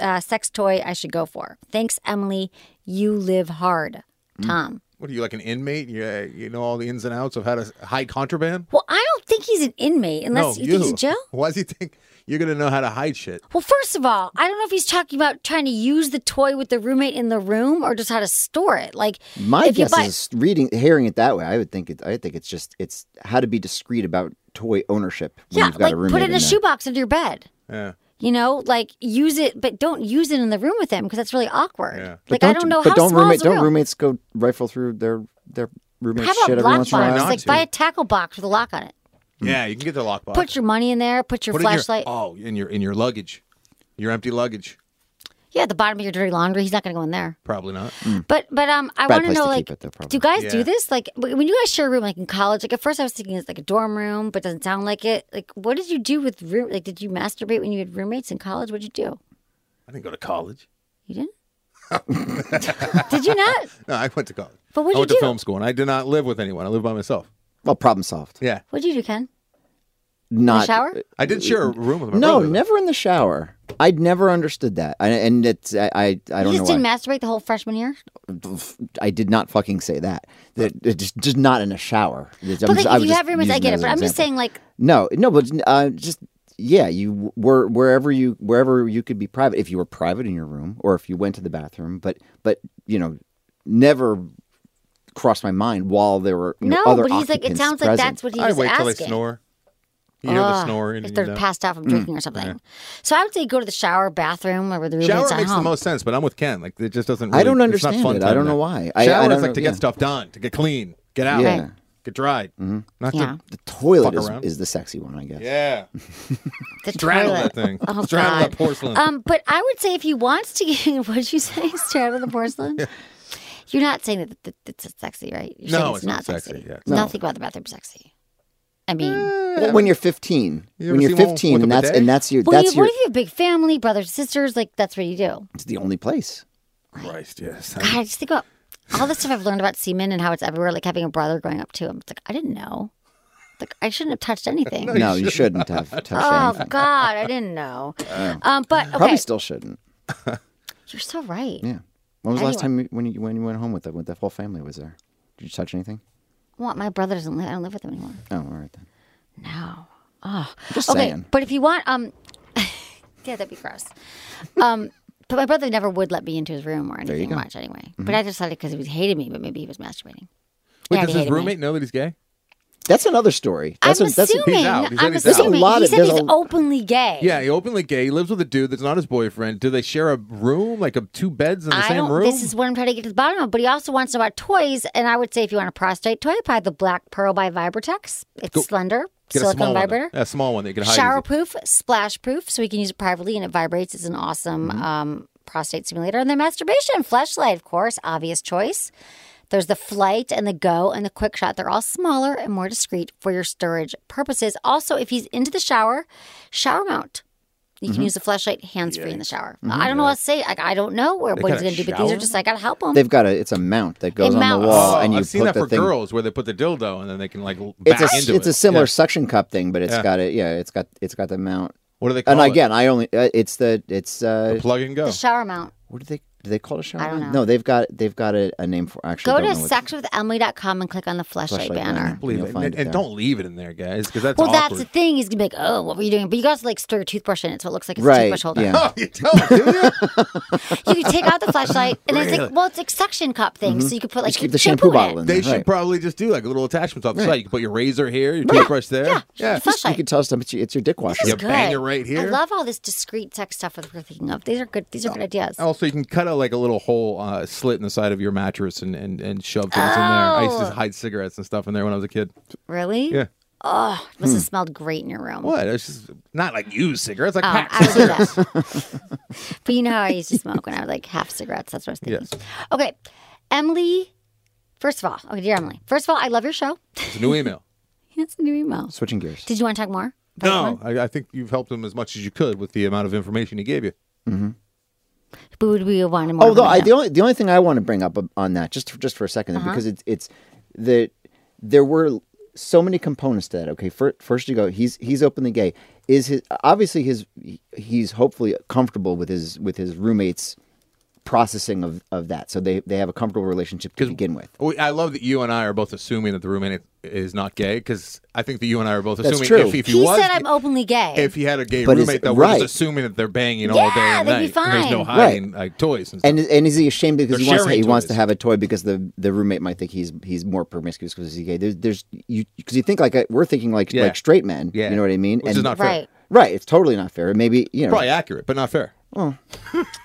[SPEAKER 1] uh, sex toy I should go for. Thanks, Emily. You live hard, Tom.
[SPEAKER 3] What are you like an inmate? You, uh, you know all the ins and outs of how to hide contraband.
[SPEAKER 1] Well, I don't think he's an inmate unless
[SPEAKER 3] no,
[SPEAKER 1] you, think he's in jail.
[SPEAKER 3] Why does he think you're gonna know how to hide shit?
[SPEAKER 1] Well, first of all, I don't know if he's talking about trying to use the toy with the roommate in the room or just how to store it. Like,
[SPEAKER 4] My
[SPEAKER 1] if you
[SPEAKER 4] guess
[SPEAKER 1] buy,
[SPEAKER 4] is reading, hearing it that way. I would think it. I think it's just it's how to be discreet about toy ownership. When
[SPEAKER 1] yeah,
[SPEAKER 4] you've got
[SPEAKER 1] like
[SPEAKER 4] a roommate
[SPEAKER 1] put it in a
[SPEAKER 4] there.
[SPEAKER 1] shoebox under your bed.
[SPEAKER 3] Yeah.
[SPEAKER 1] You know, like use it, but don't use it in the room with him because that's really awkward.
[SPEAKER 3] Yeah.
[SPEAKER 1] Like,
[SPEAKER 4] But
[SPEAKER 1] I don't know
[SPEAKER 4] But
[SPEAKER 1] how
[SPEAKER 4] don't
[SPEAKER 1] small
[SPEAKER 4] roommate,
[SPEAKER 1] is the
[SPEAKER 4] don't
[SPEAKER 1] room.
[SPEAKER 4] roommates go rifle through their their roommates
[SPEAKER 1] How
[SPEAKER 4] shit
[SPEAKER 1] about
[SPEAKER 4] every
[SPEAKER 1] lock
[SPEAKER 4] once in a
[SPEAKER 1] box?
[SPEAKER 4] while?
[SPEAKER 3] Not
[SPEAKER 1] Like,
[SPEAKER 3] to.
[SPEAKER 1] buy a tackle box with a lock on it.
[SPEAKER 3] Yeah, you can get the lockbox.
[SPEAKER 1] Hmm. Put your money in there. Put your
[SPEAKER 3] Put it in your-
[SPEAKER 1] flashlight.
[SPEAKER 3] oh, in your in your luggage, your empty luggage.
[SPEAKER 1] yeah, at the bottom of your dirty laundry. He's not going to go in there.
[SPEAKER 3] Probably not.
[SPEAKER 1] But but um, I
[SPEAKER 4] Hmm.
[SPEAKER 1] want
[SPEAKER 4] Bad
[SPEAKER 1] to
[SPEAKER 4] place
[SPEAKER 1] know
[SPEAKER 4] to
[SPEAKER 1] like,
[SPEAKER 4] keep it, though, probably.
[SPEAKER 1] do guys do
[SPEAKER 3] Yeah.
[SPEAKER 1] this? Like w- when you guys share a room, like in college, like at first I was thinking it's like a dorm room, but doesn't sound like it. Like what did you do with room? Like did you masturbate when you had roommates in college? What did you do?
[SPEAKER 3] I didn't go to college.
[SPEAKER 1] You didn't. did you not?
[SPEAKER 3] No, I went to college.
[SPEAKER 1] But what'd
[SPEAKER 3] I
[SPEAKER 1] you
[SPEAKER 3] went
[SPEAKER 1] do?
[SPEAKER 3] to film school, and I did not live with anyone. I lived by myself.
[SPEAKER 4] Well, problem solved.
[SPEAKER 3] Yeah,
[SPEAKER 1] What did you do, Ken?
[SPEAKER 4] Not uh,
[SPEAKER 1] shower?
[SPEAKER 3] I did share a room with my
[SPEAKER 4] No,
[SPEAKER 3] brother. though.
[SPEAKER 4] never in the shower. I'd never understood that, I, and it's I I, I
[SPEAKER 1] You just
[SPEAKER 4] don't know
[SPEAKER 1] didn't
[SPEAKER 4] why.
[SPEAKER 1] masturbate the whole freshman year.
[SPEAKER 4] I did not fucking say that. That it just just not in a shower. It's- I'm
[SPEAKER 1] But like
[SPEAKER 4] just- I
[SPEAKER 1] if
[SPEAKER 4] was
[SPEAKER 1] you
[SPEAKER 4] just
[SPEAKER 1] have roommates, I
[SPEAKER 4] using
[SPEAKER 1] get
[SPEAKER 4] that
[SPEAKER 1] it.
[SPEAKER 4] as
[SPEAKER 1] But
[SPEAKER 4] an
[SPEAKER 1] I'm just
[SPEAKER 4] example.
[SPEAKER 1] saying like
[SPEAKER 4] No, no, but uh, just yeah, you were wherever you wherever you could be private if you were private in your room or if you went to the bathroom. But but you know, never crossed my mind while there were you know,
[SPEAKER 1] no,
[SPEAKER 4] other
[SPEAKER 1] but he's like it
[SPEAKER 4] occupants
[SPEAKER 1] sounds like
[SPEAKER 4] present.
[SPEAKER 1] that's what he
[SPEAKER 3] I
[SPEAKER 1] was
[SPEAKER 3] wait till they
[SPEAKER 1] asking.
[SPEAKER 3] snore. You hear the
[SPEAKER 1] Ugh,
[SPEAKER 3] snoring.
[SPEAKER 1] if
[SPEAKER 3] and uh,
[SPEAKER 1] they're
[SPEAKER 3] you know.
[SPEAKER 1] passed
[SPEAKER 4] Mm.
[SPEAKER 1] out from drinking or something. So I would say go to the shower, bathroom, or the roommates
[SPEAKER 3] Shower
[SPEAKER 1] at
[SPEAKER 3] makes the
[SPEAKER 1] home.
[SPEAKER 3] most sense, but I'm with Ken. Like it just doesn't.
[SPEAKER 4] I
[SPEAKER 3] Really,
[SPEAKER 4] don't
[SPEAKER 3] it's not
[SPEAKER 4] understand
[SPEAKER 3] fun
[SPEAKER 4] it. I
[SPEAKER 3] time
[SPEAKER 4] don't know
[SPEAKER 3] now.
[SPEAKER 4] why. I- I
[SPEAKER 3] Shower is
[SPEAKER 4] don't-
[SPEAKER 3] like to
[SPEAKER 4] yeah.
[SPEAKER 3] get stuff done, to get clean, get out,
[SPEAKER 4] Yeah. Mm-hmm. Right.
[SPEAKER 3] get dried, not
[SPEAKER 1] Yeah.
[SPEAKER 3] to
[SPEAKER 4] the toilet
[SPEAKER 3] Fuck
[SPEAKER 4] is,
[SPEAKER 3] around.
[SPEAKER 4] is the sexy one, I guess.
[SPEAKER 3] yeah.
[SPEAKER 1] The
[SPEAKER 3] Straddle
[SPEAKER 1] toilet.
[SPEAKER 3] that thing.
[SPEAKER 1] Oh,
[SPEAKER 3] Straddle that
[SPEAKER 1] God.
[SPEAKER 3] porcelain.
[SPEAKER 1] Um, but I would say if he wants to get, what'd you say? Straddle the porcelain? You're not saying that, that it's sexy, right? You're
[SPEAKER 3] No,
[SPEAKER 1] saying
[SPEAKER 3] it's not sexy, yeah.
[SPEAKER 1] It's Nothing about the bathroom sexy. I mean,
[SPEAKER 4] Well, when you're 15,
[SPEAKER 3] You ever
[SPEAKER 4] when you're
[SPEAKER 3] seen one with
[SPEAKER 4] 15,
[SPEAKER 3] a
[SPEAKER 4] and that's
[SPEAKER 3] bidet?
[SPEAKER 4] and that's your
[SPEAKER 1] well, you,
[SPEAKER 4] that's your
[SPEAKER 1] what if you have a big family, brothers, sisters? Like, that's what you do.
[SPEAKER 4] it's the only place.
[SPEAKER 3] Christ, yes.
[SPEAKER 1] God, I just think about all the stuff I've learned about semen and how it's everywhere, like having a brother growing up, too. I'm just like, I didn't know. Like, I shouldn't have touched anything.
[SPEAKER 4] No, you shouldn't have touched
[SPEAKER 1] Oh
[SPEAKER 4] anything.
[SPEAKER 1] God, I didn't know. Um, but okay,
[SPEAKER 4] Probably still shouldn't.
[SPEAKER 1] you're so right.
[SPEAKER 4] Yeah. When was the
[SPEAKER 1] Anyway.
[SPEAKER 4] last time you, when you when you went home with the, with the whole family was there? Did you touch anything?
[SPEAKER 1] Well, my brother doesn't live. I don't live with him anymore.
[SPEAKER 4] Oh, all right then.
[SPEAKER 1] No. Oh.
[SPEAKER 4] Just
[SPEAKER 1] okay,
[SPEAKER 4] saying.
[SPEAKER 1] but if you want, um, yeah, that'd be gross. Um, but my brother never would let me into his room or anything much anyway.
[SPEAKER 3] Mm-hmm.
[SPEAKER 1] But I decided because he hated me, but maybe he was masturbating.
[SPEAKER 3] Wait,
[SPEAKER 1] Yeah,
[SPEAKER 3] does
[SPEAKER 1] he
[SPEAKER 3] his
[SPEAKER 1] hated me.
[SPEAKER 3] roommate know that he's gay?
[SPEAKER 4] That's another story. That's
[SPEAKER 1] I'm
[SPEAKER 4] a, that's a-
[SPEAKER 1] assuming.
[SPEAKER 3] out. He said
[SPEAKER 1] I'm
[SPEAKER 3] he's out.
[SPEAKER 1] assuming.
[SPEAKER 4] There's a lot
[SPEAKER 1] he
[SPEAKER 4] of-
[SPEAKER 1] said he's
[SPEAKER 4] there's a-
[SPEAKER 1] openly gay.
[SPEAKER 3] Yeah, he openly gay. He lives with a dude that's not his boyfriend. Do they share a room, like a, two beds in the
[SPEAKER 1] I
[SPEAKER 3] same
[SPEAKER 1] don't.
[SPEAKER 3] room?
[SPEAKER 1] This is what I'm trying to get to the bottom of. But he also wants to know about toys, and I would say if you want a prostate toy, buy the Black Pearl by Vibratex. It's slender,
[SPEAKER 3] Get a
[SPEAKER 1] silicone
[SPEAKER 3] small one.
[SPEAKER 1] vibrator.
[SPEAKER 3] A small one that you can hide.
[SPEAKER 1] shower
[SPEAKER 3] easy.
[SPEAKER 1] proof, splash proof, so we can use it privately and it vibrates. It's an awesome um, prostate simulator. And then masturbation, fleshlight, of course, obvious choice. There's the flight and the go and the quick shot. They're all smaller and more discreet for your storage purposes. Also, if he's into the shower, shower mount. You can use the flashlight hands free in the shower. I don't know what to say. Like, I don't know where, what
[SPEAKER 3] got
[SPEAKER 1] he's
[SPEAKER 3] a
[SPEAKER 1] going to do, but these are
[SPEAKER 3] shower?
[SPEAKER 1] just, I got to help him.
[SPEAKER 4] they've got a it's a mount that goes
[SPEAKER 1] It
[SPEAKER 4] on
[SPEAKER 1] mounts.
[SPEAKER 4] the wall
[SPEAKER 3] Oh,
[SPEAKER 4] and you
[SPEAKER 3] I've seen
[SPEAKER 4] put
[SPEAKER 3] that
[SPEAKER 4] the
[SPEAKER 3] for
[SPEAKER 4] thing.
[SPEAKER 3] girls where they put the dildo and then they can like l- back
[SPEAKER 4] It's a
[SPEAKER 3] into
[SPEAKER 4] it's
[SPEAKER 3] it.
[SPEAKER 4] a similar
[SPEAKER 3] Yeah.
[SPEAKER 4] suction cup thing, but it's
[SPEAKER 3] Yeah.
[SPEAKER 4] got it. Yeah, it's got it's got the mount.
[SPEAKER 3] What do they call
[SPEAKER 4] And
[SPEAKER 3] it?
[SPEAKER 4] again, I only uh, it's the it's uh
[SPEAKER 3] plug and go.
[SPEAKER 1] the shower mount.
[SPEAKER 4] what do they Do they call it a shower?
[SPEAKER 1] I don't
[SPEAKER 4] line?
[SPEAKER 1] know.
[SPEAKER 4] No, they've got they've got a, a name for actually.
[SPEAKER 1] Go to
[SPEAKER 4] don't know what-
[SPEAKER 1] sexwithemily.com and click on the flashlight,
[SPEAKER 4] Fleshlight
[SPEAKER 1] banner.
[SPEAKER 4] banner.
[SPEAKER 3] Believe
[SPEAKER 4] You'll
[SPEAKER 3] it.
[SPEAKER 4] find
[SPEAKER 3] And,
[SPEAKER 4] it
[SPEAKER 3] and
[SPEAKER 4] there.
[SPEAKER 3] don't leave it in there, guys, because that's
[SPEAKER 1] well, that's
[SPEAKER 3] awkward.
[SPEAKER 1] the thing. He's gonna be like, "Oh, what were you doing?" But you guys like stir your toothbrush in it, so it looks like it's a
[SPEAKER 4] Right,
[SPEAKER 1] toothbrush holder.
[SPEAKER 4] yeah.
[SPEAKER 3] Oh, you don't, do you?
[SPEAKER 1] You can take out the flashlight, and it's like, well, it's like suction cup thing, so you could put like
[SPEAKER 4] Mm-hmm. keep the shampoo bottle in
[SPEAKER 1] it.
[SPEAKER 4] there.
[SPEAKER 3] They should
[SPEAKER 4] right.
[SPEAKER 3] probably just do like little attachments off the
[SPEAKER 4] Right.
[SPEAKER 3] side. You can put your razor here, your toothbrush there.
[SPEAKER 1] Yeah, yeah.
[SPEAKER 4] Just- you
[SPEAKER 1] flashlight.
[SPEAKER 4] could tell them it's your, it's your dick washer.
[SPEAKER 3] Yep.
[SPEAKER 1] Good.
[SPEAKER 3] Bang it right here.
[SPEAKER 1] I love all this discreet sex stuff that we're thinking of. These are good.
[SPEAKER 4] Oh.
[SPEAKER 1] These are good ideas.
[SPEAKER 3] Also, you can cut out like a little hole uh, slit in the side of your mattress and, and, and shove things in there. I used to
[SPEAKER 1] Oh.
[SPEAKER 3] hide cigarettes and stuff in there when I was a kid.
[SPEAKER 1] Really?
[SPEAKER 3] Yeah.
[SPEAKER 1] Oh, it
[SPEAKER 4] Hmm.
[SPEAKER 1] must have smelled great in your room.
[SPEAKER 3] What? It's just not like used cigarettes, like
[SPEAKER 1] Oh,
[SPEAKER 3] packs.
[SPEAKER 1] I would do that. but you know how I used to smoke when I was like half cigarettes. That's what I was thinking.
[SPEAKER 3] Yes.
[SPEAKER 1] Okay, Emily. First of all, okay, dear Emily. First of all, I love your show.
[SPEAKER 3] It's a new email.
[SPEAKER 1] It's a new email.
[SPEAKER 4] Switching gears.
[SPEAKER 1] Did you want to talk more? about that
[SPEAKER 3] no,
[SPEAKER 1] one?
[SPEAKER 3] I, I think you've helped him as much as you could with the amount of information he gave you.
[SPEAKER 1] But would we want more?
[SPEAKER 4] Although Oh, I,
[SPEAKER 1] information?
[SPEAKER 4] the only the only thing I want to bring up uh, on that just just for a 2nd
[SPEAKER 1] Uh-huh.
[SPEAKER 4] because it's it's the there were so many components to that. Okay, first, first you go he's he's openly gay. Is his obviously his he's hopefully comfortable with his with his roommates processing of, of that. So they they have a comfortable relationship to begin with.
[SPEAKER 3] We- I love that you and I are both assuming that the roommate is not gay because I think that you and I are both
[SPEAKER 4] That's
[SPEAKER 3] assuming
[SPEAKER 4] true.
[SPEAKER 3] if, if he,
[SPEAKER 1] he
[SPEAKER 3] was,
[SPEAKER 1] said I'm openly gay.
[SPEAKER 3] if he had a gay
[SPEAKER 4] But is-
[SPEAKER 3] roommate, though, we're
[SPEAKER 4] right.
[SPEAKER 3] just assuming that they're banging all day
[SPEAKER 1] Yeah,
[SPEAKER 3] and
[SPEAKER 1] they'd
[SPEAKER 3] night.
[SPEAKER 1] be
[SPEAKER 3] and There's no
[SPEAKER 1] fine.
[SPEAKER 3] hiding like toys and stuff.
[SPEAKER 4] And and is he ashamed because
[SPEAKER 3] They're
[SPEAKER 4] he wants to,
[SPEAKER 3] sharing
[SPEAKER 4] he wants to
[SPEAKER 3] toys.
[SPEAKER 4] have a toy because the the roommate might think he's he's more promiscuous because he's gay. There's there's you because you think like uh, we're thinking like
[SPEAKER 3] Yeah.
[SPEAKER 4] like straight men.
[SPEAKER 3] Yeah.
[SPEAKER 4] you know what I mean.
[SPEAKER 3] Which is not fair.
[SPEAKER 1] right,
[SPEAKER 4] Right, it's totally not fair. Maybe you know.
[SPEAKER 3] Probably accurate, but not fair.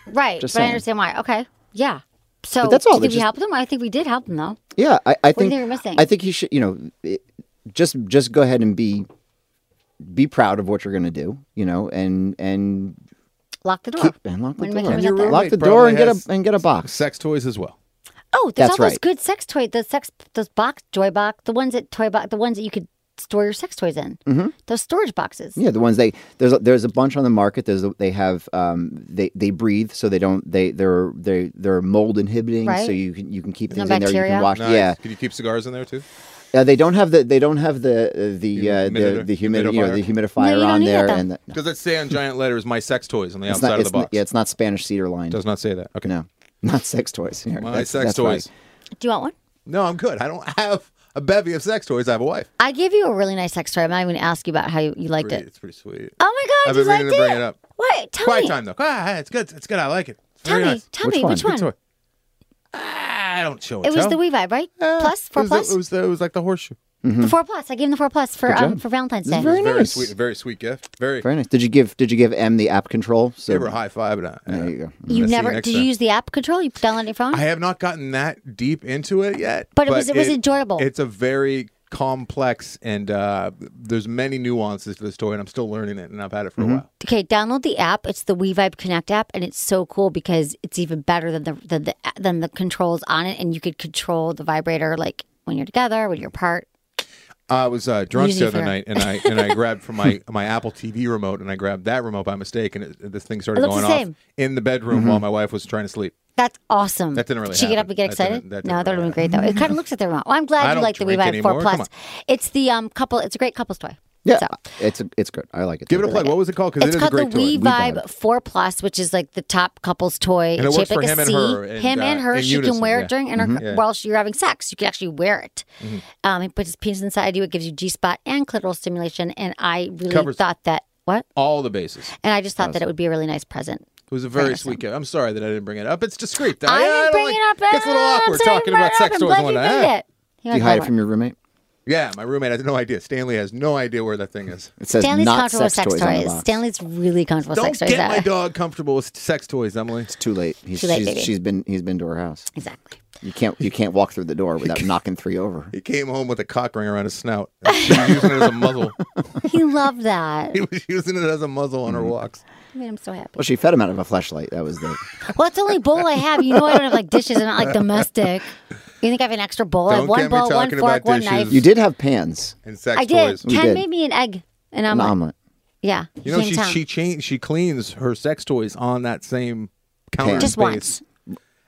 [SPEAKER 1] right. But
[SPEAKER 4] Just
[SPEAKER 1] I
[SPEAKER 4] saying.
[SPEAKER 1] understand why. Okay, yeah. So
[SPEAKER 4] But that's all,
[SPEAKER 1] Did we
[SPEAKER 4] they're just-
[SPEAKER 1] help them? I think we did help them though.
[SPEAKER 4] Yeah, I, I think
[SPEAKER 1] think we're missing?
[SPEAKER 4] I think he should. You know, it- just just go ahead and be be proud of what you're going to do. You know, and and
[SPEAKER 1] Lock the door.
[SPEAKER 4] keep and lock the
[SPEAKER 1] When we-
[SPEAKER 4] door.
[SPEAKER 1] when we got there.
[SPEAKER 4] Lock the
[SPEAKER 3] Roommate
[SPEAKER 4] door and
[SPEAKER 3] probably
[SPEAKER 4] get a
[SPEAKER 3] has
[SPEAKER 4] and get a box.
[SPEAKER 3] Sex toys as well.
[SPEAKER 1] Oh, there's
[SPEAKER 4] That's
[SPEAKER 1] all those
[SPEAKER 4] right.
[SPEAKER 1] good sex toy, the sex, those box, joy box, the ones that toy box, the ones that you could store your sex toys in. Mm-hmm. Those storage boxes.
[SPEAKER 4] Yeah, the ones they there's a, there's a bunch on the market. There's a, they have um they they breathe so they don't they they're they they're mold inhibiting so
[SPEAKER 1] Right.
[SPEAKER 4] you can you can keep
[SPEAKER 1] No
[SPEAKER 4] things in there. You
[SPEAKER 1] bacteria?
[SPEAKER 4] can wash.
[SPEAKER 3] Nice.
[SPEAKER 4] Yeah,
[SPEAKER 3] Can you keep cigars in there too?
[SPEAKER 4] uh, they don't have the they don't have the uh, the uh, the
[SPEAKER 3] Humiditor-
[SPEAKER 4] the humidity you know, the
[SPEAKER 1] No,
[SPEAKER 4] humidifier
[SPEAKER 1] you don't
[SPEAKER 4] on
[SPEAKER 1] need it,
[SPEAKER 4] there
[SPEAKER 1] though.
[SPEAKER 4] and the, no,
[SPEAKER 3] Does it say on giant letters "my sex toys" on the
[SPEAKER 4] it's
[SPEAKER 3] outside
[SPEAKER 4] not
[SPEAKER 3] of
[SPEAKER 4] it's
[SPEAKER 3] the box?
[SPEAKER 4] not, yeah it's not Spanish cedar line.
[SPEAKER 3] Does not say that. Okay.
[SPEAKER 4] No, not sex toys. Here,
[SPEAKER 3] My
[SPEAKER 4] that's-
[SPEAKER 3] sex
[SPEAKER 4] that's
[SPEAKER 3] toys.
[SPEAKER 4] right.
[SPEAKER 1] Do you want one?
[SPEAKER 3] No, I'm good. I don't have a bevy of sex toys. I have a wife.
[SPEAKER 1] I gave you a really nice sex toy. I'm not even going to ask you about how you, you liked
[SPEAKER 3] Pretty-
[SPEAKER 1] it.
[SPEAKER 3] It's pretty sweet.
[SPEAKER 1] Oh my
[SPEAKER 3] I've
[SPEAKER 1] God,
[SPEAKER 3] been
[SPEAKER 1] you liked
[SPEAKER 3] meaning to bring
[SPEAKER 1] it.
[SPEAKER 3] it up.
[SPEAKER 1] What? Tell
[SPEAKER 3] Quiet
[SPEAKER 1] me.
[SPEAKER 3] time though. Ah, it's good. It's good. I like it. It's
[SPEAKER 1] Tell
[SPEAKER 3] very
[SPEAKER 1] me.
[SPEAKER 3] nice.
[SPEAKER 1] Tell
[SPEAKER 4] Which
[SPEAKER 1] me.
[SPEAKER 4] one?
[SPEAKER 1] Which
[SPEAKER 4] Good
[SPEAKER 1] one?
[SPEAKER 3] Toy. Ah, I don't show and
[SPEAKER 1] It was
[SPEAKER 3] tell.
[SPEAKER 1] the Wii Vibe, right?
[SPEAKER 4] Uh,
[SPEAKER 3] Ah,
[SPEAKER 1] plus,
[SPEAKER 3] it
[SPEAKER 1] four
[SPEAKER 3] was,
[SPEAKER 1] plus,
[SPEAKER 3] It was, it was like the horseshoe.
[SPEAKER 1] the four plus. I gave him the four plus for um,
[SPEAKER 4] job.
[SPEAKER 1] for Valentine's
[SPEAKER 4] This
[SPEAKER 1] Day.
[SPEAKER 4] is very
[SPEAKER 3] Very
[SPEAKER 4] nice.
[SPEAKER 3] sweet. Very sweet gift. Very.
[SPEAKER 4] Very nice. Did you give Did you give M the app control? So
[SPEAKER 3] Give her a high five. And I,
[SPEAKER 4] there you go.
[SPEAKER 1] you
[SPEAKER 3] I'll see you
[SPEAKER 1] never
[SPEAKER 3] next
[SPEAKER 1] did you
[SPEAKER 3] time.
[SPEAKER 1] use the app control? You download it your phone.
[SPEAKER 3] I have not gotten that deep into it yet.
[SPEAKER 1] But it was- it was enjoyable.
[SPEAKER 3] It's a very complex and uh, there's many nuances to this toy, and I'm still learning it, and I've had it for
[SPEAKER 1] Mm-hmm.
[SPEAKER 3] a while.
[SPEAKER 1] Okay, download the app. It's the WeVibe Connect app, and it's so cool because it's even better than the than the, than the controls on it, and you could control the vibrator like when you're together, when you're apart.
[SPEAKER 3] I was uh, drunk
[SPEAKER 1] Usually
[SPEAKER 3] the
[SPEAKER 1] for-
[SPEAKER 3] other night, and I and I grabbed from my my Apple TV remote, and I grabbed that remote by mistake, and it, this thing started
[SPEAKER 1] It looks
[SPEAKER 3] going
[SPEAKER 1] the
[SPEAKER 3] off
[SPEAKER 1] same. Mm-hmm.
[SPEAKER 3] in the bedroom while my wife was trying to sleep.
[SPEAKER 1] That's awesome.
[SPEAKER 3] That didn't really
[SPEAKER 1] Did she get up
[SPEAKER 3] happen.
[SPEAKER 1] and get
[SPEAKER 3] That didn't-
[SPEAKER 1] excited?
[SPEAKER 3] that
[SPEAKER 1] no,
[SPEAKER 3] didn't
[SPEAKER 1] that would
[SPEAKER 3] really
[SPEAKER 1] have been great though. It kind of looks at the remote. Well, I'm glad
[SPEAKER 3] I
[SPEAKER 1] you
[SPEAKER 3] don't
[SPEAKER 1] like the
[SPEAKER 3] drink
[SPEAKER 1] WeVibe Four
[SPEAKER 3] anymore. Come
[SPEAKER 1] Plus.
[SPEAKER 3] on.
[SPEAKER 1] It's the um couple. It's a great couples toy.
[SPEAKER 4] Yeah,
[SPEAKER 1] So.
[SPEAKER 4] it's a, it's good. I like it.
[SPEAKER 3] Give it a
[SPEAKER 4] too.
[SPEAKER 3] plug. What was it called? Because
[SPEAKER 1] It's
[SPEAKER 3] it is a
[SPEAKER 1] called
[SPEAKER 3] great
[SPEAKER 1] the Wii
[SPEAKER 3] toy.
[SPEAKER 1] Vibe, Four Plus, which is like the top couple's toy.
[SPEAKER 3] And it
[SPEAKER 1] It's
[SPEAKER 3] works
[SPEAKER 1] shaped like
[SPEAKER 3] for
[SPEAKER 1] a
[SPEAKER 3] him and
[SPEAKER 1] C.
[SPEAKER 3] her and,
[SPEAKER 1] him
[SPEAKER 3] uh,
[SPEAKER 1] and her.
[SPEAKER 3] in
[SPEAKER 1] she can
[SPEAKER 3] unison,
[SPEAKER 1] wear
[SPEAKER 3] yeah. Mm-hmm.
[SPEAKER 1] it during inter- while you're having sex. You can actually wear it. Um, it puts his penis inside you. It gives you G spot and clitoral stimulation. And I really
[SPEAKER 3] Covers-
[SPEAKER 1] thought that what?
[SPEAKER 3] All the bases. It
[SPEAKER 1] And I just thought that it would be a really nice present.
[SPEAKER 3] was a very
[SPEAKER 1] Right,
[SPEAKER 3] sweet gift. I'm sorry that I didn't bring it up. It's discreet.
[SPEAKER 1] I
[SPEAKER 3] Oh, I
[SPEAKER 1] didn't
[SPEAKER 3] don't
[SPEAKER 1] bring
[SPEAKER 3] like-
[SPEAKER 1] it up.
[SPEAKER 3] Gets a little
[SPEAKER 1] I'm
[SPEAKER 3] awkward
[SPEAKER 1] sorry I
[SPEAKER 3] talking
[SPEAKER 1] brought it
[SPEAKER 3] about
[SPEAKER 1] up.
[SPEAKER 3] sex
[SPEAKER 1] I'm
[SPEAKER 3] toys.
[SPEAKER 1] glad
[SPEAKER 3] and
[SPEAKER 1] you
[SPEAKER 3] whatnot.
[SPEAKER 1] did
[SPEAKER 3] Ah.
[SPEAKER 1] it. He
[SPEAKER 4] Do you
[SPEAKER 1] went,
[SPEAKER 4] hide it
[SPEAKER 1] "Oh,
[SPEAKER 4] from your roommate?
[SPEAKER 3] Yeah, my roommate has no idea. Stanley has no idea where that thing is.
[SPEAKER 4] It says
[SPEAKER 1] Stanley's
[SPEAKER 4] not
[SPEAKER 1] comfortable with
[SPEAKER 4] sex,
[SPEAKER 1] sex
[SPEAKER 4] toys. on the
[SPEAKER 1] toys.
[SPEAKER 4] box.
[SPEAKER 1] Stanley's really comfortable
[SPEAKER 3] Don't
[SPEAKER 1] with sex toys.
[SPEAKER 3] get my
[SPEAKER 1] That-
[SPEAKER 3] dog comfortable with sex toys, Emily.
[SPEAKER 4] It's too late. He's,
[SPEAKER 1] Too late,
[SPEAKER 4] she's,
[SPEAKER 1] baby.
[SPEAKER 4] she's been he's been to her house.
[SPEAKER 1] Exactly.
[SPEAKER 4] You can't you can't walk through the door without knocking three over.
[SPEAKER 3] He came home with a cock ring around his snout. She was using it as a muzzle.
[SPEAKER 1] He loved that.
[SPEAKER 3] He was using it as a muzzle on her walks.
[SPEAKER 1] It made him so happy.
[SPEAKER 4] Well, she fed him out of a flashlight. That was the.
[SPEAKER 1] Well, it's the only bowl I have. You know, I don't have like dishes and not like domestic. You think I have an extra bowl? I have
[SPEAKER 3] Don't
[SPEAKER 1] one
[SPEAKER 3] get me
[SPEAKER 1] bowl, one
[SPEAKER 3] talking
[SPEAKER 1] fork,
[SPEAKER 3] about
[SPEAKER 1] one
[SPEAKER 3] dishes.
[SPEAKER 1] knife.
[SPEAKER 4] You did have pans,
[SPEAKER 3] And sex
[SPEAKER 1] I did.
[SPEAKER 3] toys.
[SPEAKER 4] We
[SPEAKER 1] Ken
[SPEAKER 4] did.
[SPEAKER 1] made me an egg, and I'm
[SPEAKER 4] an
[SPEAKER 1] like,
[SPEAKER 4] omelet.
[SPEAKER 1] yeah.
[SPEAKER 3] You know,
[SPEAKER 1] same
[SPEAKER 3] she
[SPEAKER 1] time.
[SPEAKER 3] she cha- she cleans her sex toys on that same counter
[SPEAKER 1] Just
[SPEAKER 3] space,
[SPEAKER 1] once.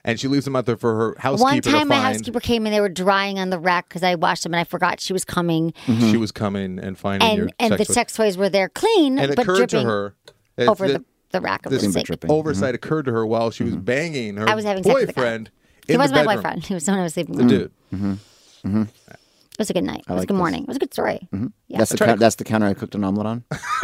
[SPEAKER 3] and she leaves them out there for her housekeeper
[SPEAKER 1] One
[SPEAKER 3] to
[SPEAKER 1] time,
[SPEAKER 3] find.
[SPEAKER 1] my housekeeper came and they were drying on the rack because I washed them and I forgot she was coming,
[SPEAKER 3] She was coming and finding your
[SPEAKER 1] and and
[SPEAKER 3] sex
[SPEAKER 1] the
[SPEAKER 3] toys.
[SPEAKER 1] sex toys were there clean,
[SPEAKER 3] And it
[SPEAKER 1] but
[SPEAKER 3] occurred
[SPEAKER 1] dripping
[SPEAKER 3] to her it's
[SPEAKER 1] over
[SPEAKER 3] that
[SPEAKER 1] the, the the rack of
[SPEAKER 3] This
[SPEAKER 1] the
[SPEAKER 4] Nothing but
[SPEAKER 1] sink.
[SPEAKER 4] dripping.
[SPEAKER 3] oversight occurred to her while she was banging her
[SPEAKER 1] Mm-hmm. I was having sex with a guy.
[SPEAKER 3] boyfriend. in
[SPEAKER 1] He
[SPEAKER 3] the
[SPEAKER 1] was my
[SPEAKER 3] bedroom. Mm.
[SPEAKER 1] boyfriend. Mm-hmm. He was someone I was sleeping
[SPEAKER 3] The
[SPEAKER 1] with.
[SPEAKER 3] dude.
[SPEAKER 1] It was a good night. It was a
[SPEAKER 4] like
[SPEAKER 1] good
[SPEAKER 4] this.
[SPEAKER 1] morning. It was a good story.
[SPEAKER 3] Mm-hmm.
[SPEAKER 1] Yeah.
[SPEAKER 4] That's the coun that's the counter I cooked an omelet on.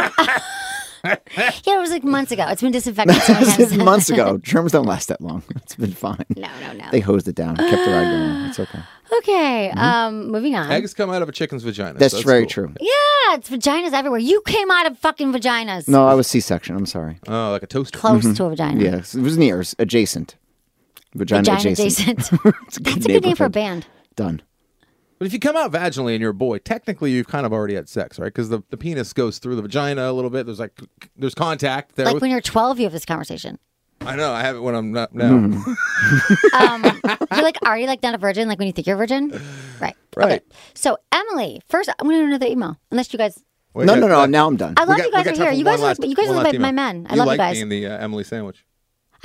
[SPEAKER 1] yeah, it was like months ago. It's been disinfected. so many
[SPEAKER 4] This is
[SPEAKER 1] times.
[SPEAKER 4] months ago. Germs don't last that long. It's been fine.
[SPEAKER 1] No, no, no.
[SPEAKER 4] They hosed it down. Kept the ride going. It's okay.
[SPEAKER 1] Okay. Um, moving on.
[SPEAKER 3] Hmm? Eggs come out of a chicken's vagina. so
[SPEAKER 4] That's, very
[SPEAKER 3] cool.
[SPEAKER 4] true.
[SPEAKER 1] Yeah, it's vaginas everywhere. You came out of fucking vaginas.
[SPEAKER 4] No, I was C-section. I'm sorry.
[SPEAKER 3] Oh, like a toaster.
[SPEAKER 1] Close to a vagina.
[SPEAKER 4] Yes, it was near adjacent. Vagina,
[SPEAKER 1] Vagina
[SPEAKER 4] adjacent.
[SPEAKER 1] adjacent.
[SPEAKER 4] It's a
[SPEAKER 1] That's a good name for a
[SPEAKER 4] neighborhood.
[SPEAKER 1] band.
[SPEAKER 4] Done.
[SPEAKER 3] But if you come out vaginally and you're a boy, technically you've kind of already had sex, right? Because the, the penis goes through the vagina a little bit. There's like there's contact there.
[SPEAKER 1] Like
[SPEAKER 3] with-
[SPEAKER 1] when you're 12, you have this conversation.
[SPEAKER 3] I know I have it when I'm not now.
[SPEAKER 1] Mm-hmm. Um, you're like, are you like not a virgin? Like when you think you're a virgin? Right.
[SPEAKER 3] Right.
[SPEAKER 1] So, Emily, first, I'm going to do another email, unless you guys.
[SPEAKER 3] Wait,
[SPEAKER 4] no,
[SPEAKER 3] that-
[SPEAKER 4] no, no.
[SPEAKER 3] that-
[SPEAKER 4] Now I'm done.
[SPEAKER 1] I love
[SPEAKER 3] we
[SPEAKER 1] you
[SPEAKER 3] got- we
[SPEAKER 1] guys
[SPEAKER 3] got
[SPEAKER 1] are
[SPEAKER 3] time
[SPEAKER 1] here.
[SPEAKER 3] for
[SPEAKER 1] You
[SPEAKER 3] one
[SPEAKER 1] guys,
[SPEAKER 3] last-
[SPEAKER 1] are, you guys
[SPEAKER 3] one
[SPEAKER 1] are
[SPEAKER 3] last
[SPEAKER 1] my,
[SPEAKER 3] email.
[SPEAKER 1] my men. I
[SPEAKER 3] you
[SPEAKER 1] love
[SPEAKER 3] like
[SPEAKER 1] you guys.
[SPEAKER 3] being the uh, Emily sandwich.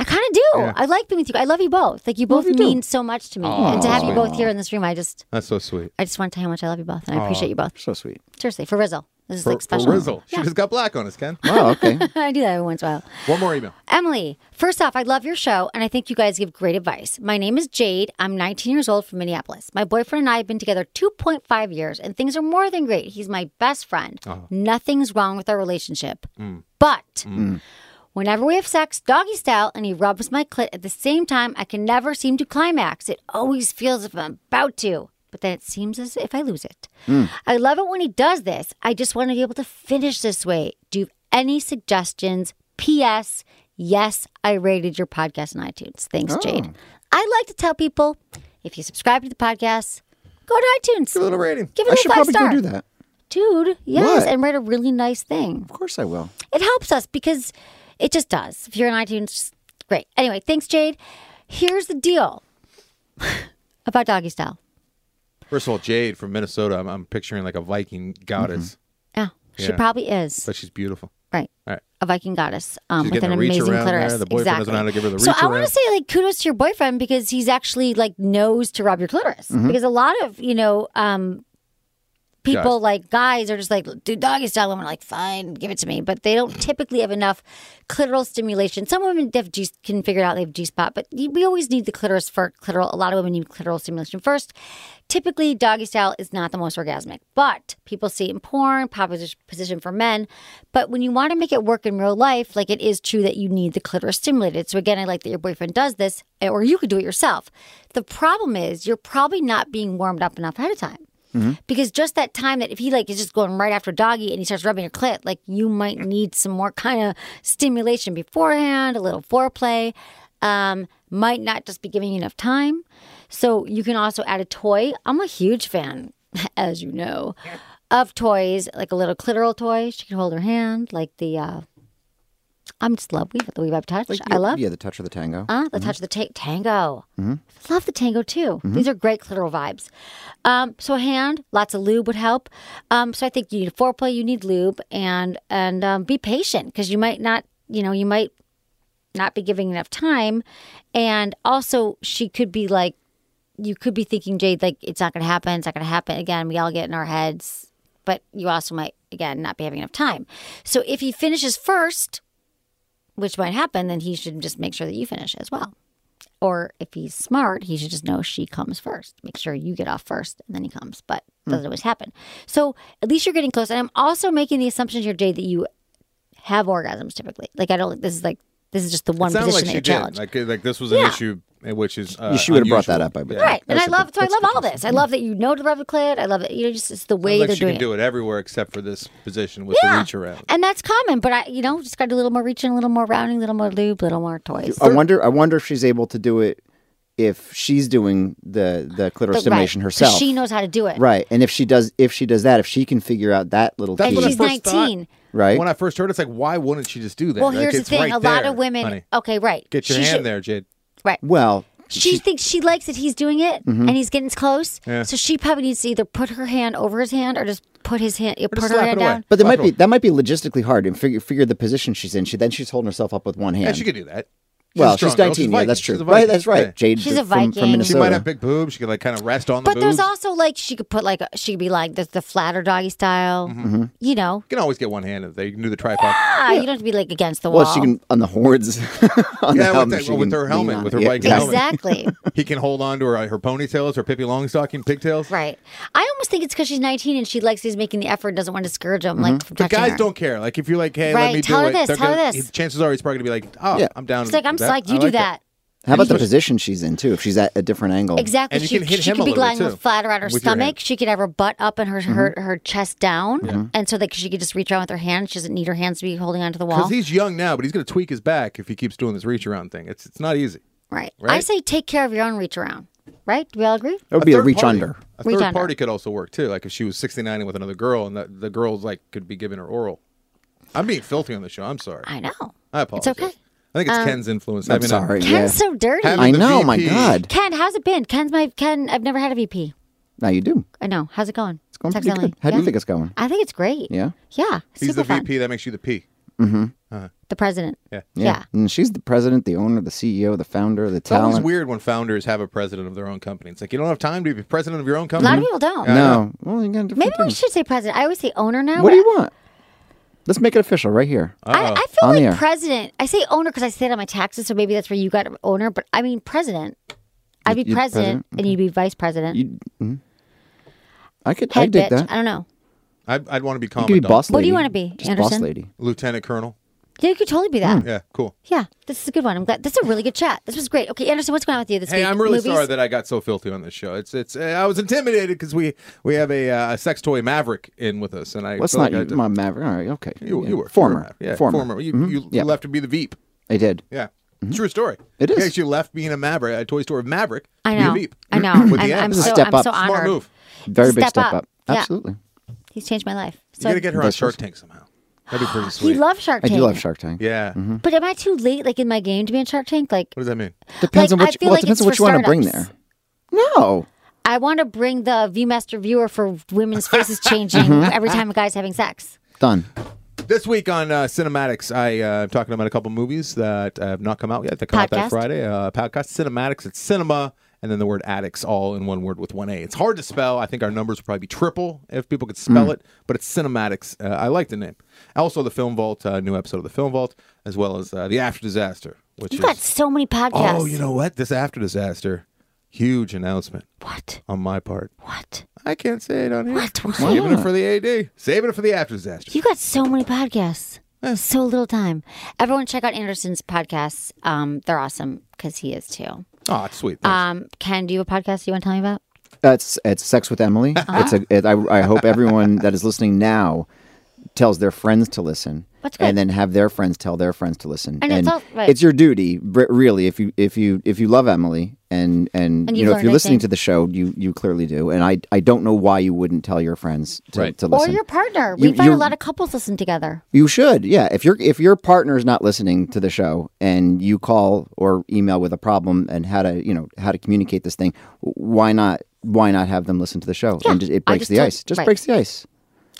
[SPEAKER 1] I kind of do. I like being with you. I love you both. Like you both mean so much to me, and to have you both here in this room, I just,
[SPEAKER 3] That's so sweet.
[SPEAKER 1] I just want to tell you how much I love you both, and I appreciate you both.
[SPEAKER 4] So sweet.
[SPEAKER 1] Seriously, for Rizzle, this is
[SPEAKER 3] For,
[SPEAKER 1] like
[SPEAKER 3] for
[SPEAKER 1] special.
[SPEAKER 3] Rizzle, she
[SPEAKER 1] Yeah.
[SPEAKER 3] just got black on us, Ken.
[SPEAKER 4] Wow. Oh, Okay.
[SPEAKER 1] I do that every once in a while.
[SPEAKER 3] One more email.
[SPEAKER 1] Emily, first off, I love your show and I think you guys give great advice. My name is Jade. I'm 19 years old from Minneapolis. My boyfriend and I have been together 2.5 years and things are more than great. He's my best friend. Nothing's wrong with our relationship. But
[SPEAKER 4] Mm.
[SPEAKER 1] whenever we have sex, doggy style, and he rubs my clit at the same time, I can never seem to climax. It always feels as if I'm about to. But then it seems as if I lose it.
[SPEAKER 4] Mm.
[SPEAKER 1] I love it when he does this. I just want to be able to finish this way. Do you have any suggestions? P.S. Yes, I rated your podcast on iTunes. Thanks,
[SPEAKER 4] Oh.
[SPEAKER 1] Jade. I like to tell people if you subscribe to the podcast, go to iTunes.
[SPEAKER 3] Give it a little rating.
[SPEAKER 1] Give
[SPEAKER 4] I
[SPEAKER 1] it a
[SPEAKER 4] should
[SPEAKER 1] five
[SPEAKER 4] probably
[SPEAKER 1] star.
[SPEAKER 4] go do that.
[SPEAKER 1] Dude, yes,
[SPEAKER 4] What?
[SPEAKER 1] and write a really nice thing
[SPEAKER 4] Of course I will.
[SPEAKER 1] it helps us because it just does. If you're on iTunes, just great. Anyway, thanks, Jade. Here's the deal about doggy style.
[SPEAKER 3] First of all, Jade from Minnesota. I'm, I'm picturing like a Viking goddess,
[SPEAKER 4] Mm-hmm.
[SPEAKER 1] Yeah, she
[SPEAKER 3] Yeah.
[SPEAKER 1] probably is
[SPEAKER 3] but she's beautiful.
[SPEAKER 1] right.
[SPEAKER 3] All right.
[SPEAKER 1] A Viking goddess um,
[SPEAKER 3] She's
[SPEAKER 1] with an
[SPEAKER 3] getting a reach
[SPEAKER 1] amazing
[SPEAKER 3] around there.
[SPEAKER 1] clitoris.
[SPEAKER 3] The boyfriend doesn't
[SPEAKER 1] exactly.
[SPEAKER 3] know how to give her the
[SPEAKER 1] so
[SPEAKER 3] reach
[SPEAKER 1] I want
[SPEAKER 3] around.
[SPEAKER 1] to say, like, kudos to your boyfriend because he's actually like knows to rub your clitoris.
[SPEAKER 3] Mm-hmm.
[SPEAKER 1] Because a lot of you know um, people
[SPEAKER 3] Guys.
[SPEAKER 1] like guys are just like, do doggy style. Women are like, fine, give it to me, but they don't typically have enough clitoral stimulation. Some women have G- can figure it out; they have G spot, but you- we always need the clitoris for clitoral. A lot of women need clitoral stimulation first. Typically, doggy style is not the most orgasmic, but people see it in porn, popular position for men. But when you want to make it work in real life, like it is true that you need the clitoris stimulated. So again, I like that your boyfriend does this, eh, or you could do it yourself. The problem is you're probably not being warmed up enough ahead of time. Because just that time that if he like is just going right after doggy and he starts rubbing your clit, like you might need some more kind of stimulation beforehand, a little foreplay. Um, might not just be giving you enough time. So you can also add a toy. I'm a huge fan, as you know, of toys, like a little clitoral toy. She can hold her hand, like the uh I'm just love weave, the weave I've touched. I
[SPEAKER 4] Yeah,
[SPEAKER 1] love
[SPEAKER 4] Yeah, the touch of the tango.
[SPEAKER 1] uh, the touch of the ta- tango. Love the tango too. These are great clitoral vibes. Um, so hand, lots of lube would help. Um, so I think you need foreplay, you need lube, and and um, be patient because you might not, you know, you might not be giving enough time, and also she could be like, you could be thinking Jade like it's not going to happen, it's not going to happen again. We all get in our heads, but you also might again not be having enough time. So if he finishes first, which might happen, then he should just make sure that you finish as well. Or if he's smart, he should just know she comes first. Make sure you get off first and then he comes, but
[SPEAKER 3] Hmm.
[SPEAKER 1] doesn't always happen. So at least you're getting close. And I'm also making the assumption here, Jade, that you have orgasms typically. Like I don't. This is like this is just the one
[SPEAKER 3] It sounded
[SPEAKER 1] position
[SPEAKER 3] like
[SPEAKER 1] that
[SPEAKER 3] she
[SPEAKER 1] you're
[SPEAKER 3] did.
[SPEAKER 1] challenged.
[SPEAKER 3] Like uh, like this was an
[SPEAKER 1] Yeah.
[SPEAKER 3] issue, uh, which is uh,
[SPEAKER 4] Yeah, she would have brought that
[SPEAKER 3] unusual.
[SPEAKER 4] up, I believe.
[SPEAKER 1] Right, and I
[SPEAKER 4] That's a
[SPEAKER 1] love
[SPEAKER 4] good-
[SPEAKER 1] so I
[SPEAKER 4] that's
[SPEAKER 1] love
[SPEAKER 4] a good
[SPEAKER 1] all this. I love that you know to rub the clit. I love it. You know, just it's the way
[SPEAKER 3] Like
[SPEAKER 1] they're
[SPEAKER 3] she
[SPEAKER 1] doing
[SPEAKER 3] can
[SPEAKER 1] it.
[SPEAKER 3] do it everywhere except for this position with the reach around.
[SPEAKER 1] And that's common, but I, you know, just got to do a little more reaching, a little more rounding, a little more lube, a little more toys.
[SPEAKER 4] I wonder. I wonder if she's able to do it if she's doing the the clitoral
[SPEAKER 1] But,
[SPEAKER 4] stimulation
[SPEAKER 1] right, 'cause
[SPEAKER 4] herself.
[SPEAKER 1] She knows how to do it.
[SPEAKER 4] Right, and if she does, if she does that, if she can figure out that little
[SPEAKER 3] That's
[SPEAKER 1] And
[SPEAKER 3] what I
[SPEAKER 4] key,
[SPEAKER 1] she's
[SPEAKER 3] first thought.
[SPEAKER 1] 19.
[SPEAKER 4] right?
[SPEAKER 3] When I first heard, it, it's like, why wouldn't she just do that?
[SPEAKER 1] Well,
[SPEAKER 3] Like,
[SPEAKER 1] here's the
[SPEAKER 3] it's
[SPEAKER 1] thing:
[SPEAKER 3] right
[SPEAKER 1] a lot
[SPEAKER 3] there,
[SPEAKER 1] of women.
[SPEAKER 3] honey.
[SPEAKER 1] Okay, right.
[SPEAKER 3] Get your
[SPEAKER 1] She
[SPEAKER 3] hand
[SPEAKER 1] should-
[SPEAKER 3] there, Jade.
[SPEAKER 1] Right.
[SPEAKER 4] well,
[SPEAKER 1] she thinks she likes that he's doing it and he's getting close.
[SPEAKER 3] Mm-hmm. Yeah.
[SPEAKER 1] So she probably needs to either put her hand over his hand or just put his hand, put her
[SPEAKER 3] slap
[SPEAKER 1] hand
[SPEAKER 3] it away.
[SPEAKER 1] down.
[SPEAKER 4] but there might
[SPEAKER 3] Slap
[SPEAKER 4] be
[SPEAKER 3] it
[SPEAKER 4] that might be logistically hard and figure figure the position she's in. She then she's holding herself up with one hand.
[SPEAKER 3] Yeah, she could do that.
[SPEAKER 4] well,
[SPEAKER 3] strong,
[SPEAKER 4] she's
[SPEAKER 3] though.
[SPEAKER 4] 19.
[SPEAKER 3] She's
[SPEAKER 4] yeah,
[SPEAKER 3] Viking.
[SPEAKER 4] that's true.
[SPEAKER 3] She's a
[SPEAKER 4] Right,
[SPEAKER 3] Viking.
[SPEAKER 4] that's right.
[SPEAKER 3] Yeah.
[SPEAKER 4] Jade
[SPEAKER 1] She's a
[SPEAKER 4] from- from,
[SPEAKER 1] Viking. She
[SPEAKER 4] Minnesota.
[SPEAKER 3] She might have big boobs. She could like kind of rest on the
[SPEAKER 1] But
[SPEAKER 3] boobs.
[SPEAKER 1] there's also like she could put like she could be like the, the flatter doggy style.
[SPEAKER 3] Mm-hmm.
[SPEAKER 1] You know,
[SPEAKER 3] you can always get one handed. They can do the tripod.
[SPEAKER 1] ah, you don't have to be like against the
[SPEAKER 4] well,
[SPEAKER 1] wall.
[SPEAKER 4] she can on the hordes. on the
[SPEAKER 3] Yeah, with
[SPEAKER 4] helmet,
[SPEAKER 3] that-
[SPEAKER 4] she
[SPEAKER 3] with
[SPEAKER 4] can
[SPEAKER 3] her
[SPEAKER 4] lean
[SPEAKER 3] helmet,
[SPEAKER 4] on
[SPEAKER 3] with
[SPEAKER 4] it.
[SPEAKER 3] her
[SPEAKER 4] yeah,
[SPEAKER 3] Viking
[SPEAKER 4] exactly.
[SPEAKER 3] helmet.
[SPEAKER 1] exactly.
[SPEAKER 3] He can hold on to her her ponytails, her Pippi Longstocking pigtails.
[SPEAKER 1] Right. I almost think it's because she's 19 and she likes he's making the effort and doesn't want to discourage him.
[SPEAKER 4] Mm-hmm.
[SPEAKER 1] Like, from
[SPEAKER 3] But
[SPEAKER 1] touching
[SPEAKER 3] guys
[SPEAKER 1] her.
[SPEAKER 3] don't care. Like if you're like, hey, let
[SPEAKER 1] Right,
[SPEAKER 3] me
[SPEAKER 1] tell
[SPEAKER 3] do
[SPEAKER 1] her
[SPEAKER 3] it.
[SPEAKER 1] this,
[SPEAKER 3] they're
[SPEAKER 1] tell her
[SPEAKER 3] gonna-
[SPEAKER 1] this.
[SPEAKER 3] Chances are he's probably gonna be like, oh,
[SPEAKER 4] Yeah.
[SPEAKER 3] I'm down.
[SPEAKER 1] She's like, I'm
[SPEAKER 3] with that.
[SPEAKER 1] psyched.
[SPEAKER 3] I
[SPEAKER 1] You do
[SPEAKER 3] like it."
[SPEAKER 1] that.
[SPEAKER 4] How about the position she's in too? If she's at a different angle,
[SPEAKER 1] Exactly.
[SPEAKER 3] And you
[SPEAKER 1] she
[SPEAKER 3] can hit
[SPEAKER 1] she
[SPEAKER 3] him
[SPEAKER 1] could
[SPEAKER 3] a
[SPEAKER 1] be
[SPEAKER 3] little bit,
[SPEAKER 1] lying
[SPEAKER 3] too,
[SPEAKER 1] with flat around her
[SPEAKER 3] with your hand. Mm-hmm.
[SPEAKER 1] stomach. She could have her butt up and her her, her chest down,
[SPEAKER 4] Mm-hmm.
[SPEAKER 1] and so that she could just reach around with her hand. She doesn't need her hands to be holding onto the wall.
[SPEAKER 3] Because he's young now, but he's gonna tweak his back if he keeps doing this reach around thing. It's it's not easy.
[SPEAKER 1] right. I
[SPEAKER 3] right.
[SPEAKER 1] say take care of your own reach around. Right? Do we all agree?
[SPEAKER 4] that would be a
[SPEAKER 3] third
[SPEAKER 4] reach
[SPEAKER 3] party-
[SPEAKER 4] under.
[SPEAKER 3] A
[SPEAKER 1] Reach
[SPEAKER 3] third
[SPEAKER 1] under.
[SPEAKER 3] party could also work too. Like if she was 69 with another girl, and the, the girl's like could be giving her oral. I'm being filthy on the show. I'm sorry.
[SPEAKER 1] I know.
[SPEAKER 3] I apologize.
[SPEAKER 1] okay. Um,
[SPEAKER 3] I think it's Ken's influence.
[SPEAKER 4] I'm
[SPEAKER 3] mean,
[SPEAKER 4] sorry.
[SPEAKER 1] Ken's
[SPEAKER 4] yeah.
[SPEAKER 1] so dirty.
[SPEAKER 3] Having
[SPEAKER 4] I
[SPEAKER 3] the
[SPEAKER 4] know. My
[SPEAKER 3] VP.
[SPEAKER 4] God.
[SPEAKER 1] Ken, how's it been? Ken's my Ken. I've never had a VP.
[SPEAKER 4] Now you do.
[SPEAKER 1] I know. How's it going? It's
[SPEAKER 4] going pretty good. How do you think it's going?
[SPEAKER 1] I think it's great.
[SPEAKER 4] Yeah?
[SPEAKER 1] Yeah.
[SPEAKER 3] He's
[SPEAKER 1] super
[SPEAKER 3] the
[SPEAKER 1] fun.
[SPEAKER 3] VP. That makes you the P.
[SPEAKER 1] The president.
[SPEAKER 3] Yeah.
[SPEAKER 1] Yeah.
[SPEAKER 4] And she's the president, the owner, the CEO, the founder, the
[SPEAKER 3] It's always
[SPEAKER 4] talent.
[SPEAKER 3] weird when founders have a president of their own company. It's like you don't have time to be president of your own
[SPEAKER 1] A lot
[SPEAKER 3] company.
[SPEAKER 4] Mm-hmm.
[SPEAKER 1] of people don't.
[SPEAKER 4] No. Well, you got different
[SPEAKER 1] Maybe we
[SPEAKER 4] things.
[SPEAKER 1] should say president. I always say owner now.
[SPEAKER 4] Mm. What do
[SPEAKER 1] but
[SPEAKER 4] you want? Let's make it official right here.
[SPEAKER 1] I, I feel
[SPEAKER 4] On the
[SPEAKER 1] like
[SPEAKER 4] air.
[SPEAKER 1] president. I say owner because I say it on my taxes, so maybe that's where you got owner. But I mean president. I'd be
[SPEAKER 4] you'd
[SPEAKER 1] president,
[SPEAKER 4] president?
[SPEAKER 1] and you'd be vice president.
[SPEAKER 4] hmm? I could. I
[SPEAKER 1] Head
[SPEAKER 4] dig
[SPEAKER 1] bitch.
[SPEAKER 4] that.
[SPEAKER 1] I don't know.
[SPEAKER 3] I, would want to be
[SPEAKER 4] You could be
[SPEAKER 3] commandant,
[SPEAKER 4] boss lady.
[SPEAKER 1] What do you wanna be,
[SPEAKER 4] Just boss
[SPEAKER 1] Anderson?
[SPEAKER 4] lady.
[SPEAKER 3] lieutenant colonel.
[SPEAKER 1] Yeah, you could totally be
[SPEAKER 4] Hmm.
[SPEAKER 1] that.
[SPEAKER 3] Yeah, cool.
[SPEAKER 1] Yeah, this is a good one. I'm glad. This is a really good chat. This was great. Okay, Anderson, what's going on with you this
[SPEAKER 3] Hey,
[SPEAKER 1] week?
[SPEAKER 3] I'm really
[SPEAKER 1] Movies?
[SPEAKER 3] sorry that I got so filthy on this show. It's it's. Uh, I was intimidated because we we have a, uh, a sex toy maverick in with us, and I.
[SPEAKER 4] What's
[SPEAKER 3] feel
[SPEAKER 4] not
[SPEAKER 3] like I
[SPEAKER 4] you?
[SPEAKER 3] did-
[SPEAKER 4] My Maverick. All right. Okay.
[SPEAKER 3] You,
[SPEAKER 4] Yeah.
[SPEAKER 3] you were you were
[SPEAKER 4] former.
[SPEAKER 3] Maverick. Yeah,
[SPEAKER 4] former.
[SPEAKER 3] You you
[SPEAKER 4] Mhm. Yeah.
[SPEAKER 3] left to be the Veep.
[SPEAKER 4] I did.
[SPEAKER 3] Yeah. True story.
[SPEAKER 4] It is.
[SPEAKER 3] Yeah, she left being a Maverick, a Toy Story Maverick.
[SPEAKER 1] I
[SPEAKER 3] to be a
[SPEAKER 1] know.
[SPEAKER 3] Veep.
[SPEAKER 1] I know.
[SPEAKER 3] With the
[SPEAKER 1] I'm,
[SPEAKER 3] end.
[SPEAKER 1] I'm
[SPEAKER 4] This is
[SPEAKER 1] so,
[SPEAKER 4] a step
[SPEAKER 1] I'm
[SPEAKER 4] up.
[SPEAKER 1] so
[SPEAKER 3] Smart
[SPEAKER 1] honored.
[SPEAKER 3] move.
[SPEAKER 4] Very big
[SPEAKER 1] Step
[SPEAKER 4] step
[SPEAKER 1] up.
[SPEAKER 4] up.
[SPEAKER 1] Yeah.
[SPEAKER 4] Absolutely.
[SPEAKER 1] He's changed my life.
[SPEAKER 3] You
[SPEAKER 1] So
[SPEAKER 3] gotta get her on
[SPEAKER 4] That's
[SPEAKER 3] Shark
[SPEAKER 4] just-
[SPEAKER 3] Tank somehow. That'd be pretty sweet.
[SPEAKER 1] he loves Shark
[SPEAKER 4] I
[SPEAKER 1] Tank.
[SPEAKER 4] do love Shark Tank.
[SPEAKER 3] Yeah. What
[SPEAKER 1] But am I too late, like in my game, to be in Shark Tank? Like,
[SPEAKER 3] does that mean?
[SPEAKER 4] Depends
[SPEAKER 1] Like,
[SPEAKER 4] on
[SPEAKER 1] I
[SPEAKER 4] what.
[SPEAKER 1] feel
[SPEAKER 4] You, well,
[SPEAKER 1] like
[SPEAKER 4] it
[SPEAKER 1] it's
[SPEAKER 4] depends on what
[SPEAKER 1] for
[SPEAKER 4] you want to bring
[SPEAKER 1] startups.
[SPEAKER 4] there. No.
[SPEAKER 1] I want to bring the ViewMaster viewer for women's faces changing
[SPEAKER 4] Mm-hmm.
[SPEAKER 1] every time a guy's having sex.
[SPEAKER 4] Done.
[SPEAKER 3] This week on uh, Cinematics, I, uh, I'm talking about a couple movies that uh, have not come out yet. They come out
[SPEAKER 1] Podcast.
[SPEAKER 3] that Friday. Uh, podcast Cinematics. It's cinema and then the word addicts all in one word with one A. It's hard to spell. I think our numbers would probably be triple if people could spell
[SPEAKER 1] Hmm.
[SPEAKER 3] it, but it's Cinematics. Uh, I like the name. Also, the Film Vault, uh, new episode of the Film Vault, as well as uh, the After Disaster, which
[SPEAKER 1] You
[SPEAKER 3] is
[SPEAKER 1] got so many podcasts.
[SPEAKER 3] oh, you know what? This After Disaster, huge announcement
[SPEAKER 1] what?
[SPEAKER 3] on my part.
[SPEAKER 1] What?
[SPEAKER 3] I can't say it on here.
[SPEAKER 1] What? Why
[SPEAKER 3] Saving it
[SPEAKER 4] not?
[SPEAKER 3] for the AD. Saving it for the After Disaster.
[SPEAKER 1] You got so many podcasts.
[SPEAKER 4] Eh.
[SPEAKER 1] So little time. Everyone, check out Anderson's podcasts. Um, they're awesome because he is too.
[SPEAKER 3] Oh, it's sweet. Thanks.
[SPEAKER 1] Um, Ken, do you have a podcast you want to tell me about?
[SPEAKER 4] That's it's sex with Emily.
[SPEAKER 1] Uh-huh.
[SPEAKER 4] It's a. It, I, I hope everyone that is listening now tells their friends to listen,
[SPEAKER 1] That's good.
[SPEAKER 4] and then have their friends tell their friends to listen.
[SPEAKER 1] And it's all- right.
[SPEAKER 4] it's your duty, re- really. If you if you if you love Emily, and and,
[SPEAKER 1] And
[SPEAKER 4] you
[SPEAKER 1] you
[SPEAKER 4] know
[SPEAKER 1] learned,
[SPEAKER 4] if you're
[SPEAKER 1] I
[SPEAKER 4] listening
[SPEAKER 1] think.
[SPEAKER 4] to the show, you you clearly do. And I I don't know why you wouldn't tell your friends to,
[SPEAKER 3] Right.
[SPEAKER 4] to
[SPEAKER 1] Or
[SPEAKER 4] listen.
[SPEAKER 1] your partner.
[SPEAKER 4] You-
[SPEAKER 1] we find a
[SPEAKER 4] you're-
[SPEAKER 1] lot of couples listen together.
[SPEAKER 4] You should, yeah. If your if your partner's not listening to the show and you call or email with a problem and how to you know how to communicate this thing, why not why not have them listen to the show?
[SPEAKER 1] Yeah,
[SPEAKER 4] and just, it
[SPEAKER 1] I
[SPEAKER 4] breaks
[SPEAKER 1] just
[SPEAKER 4] the
[SPEAKER 1] told-
[SPEAKER 4] ice. Just
[SPEAKER 1] right.
[SPEAKER 4] breaks the ice.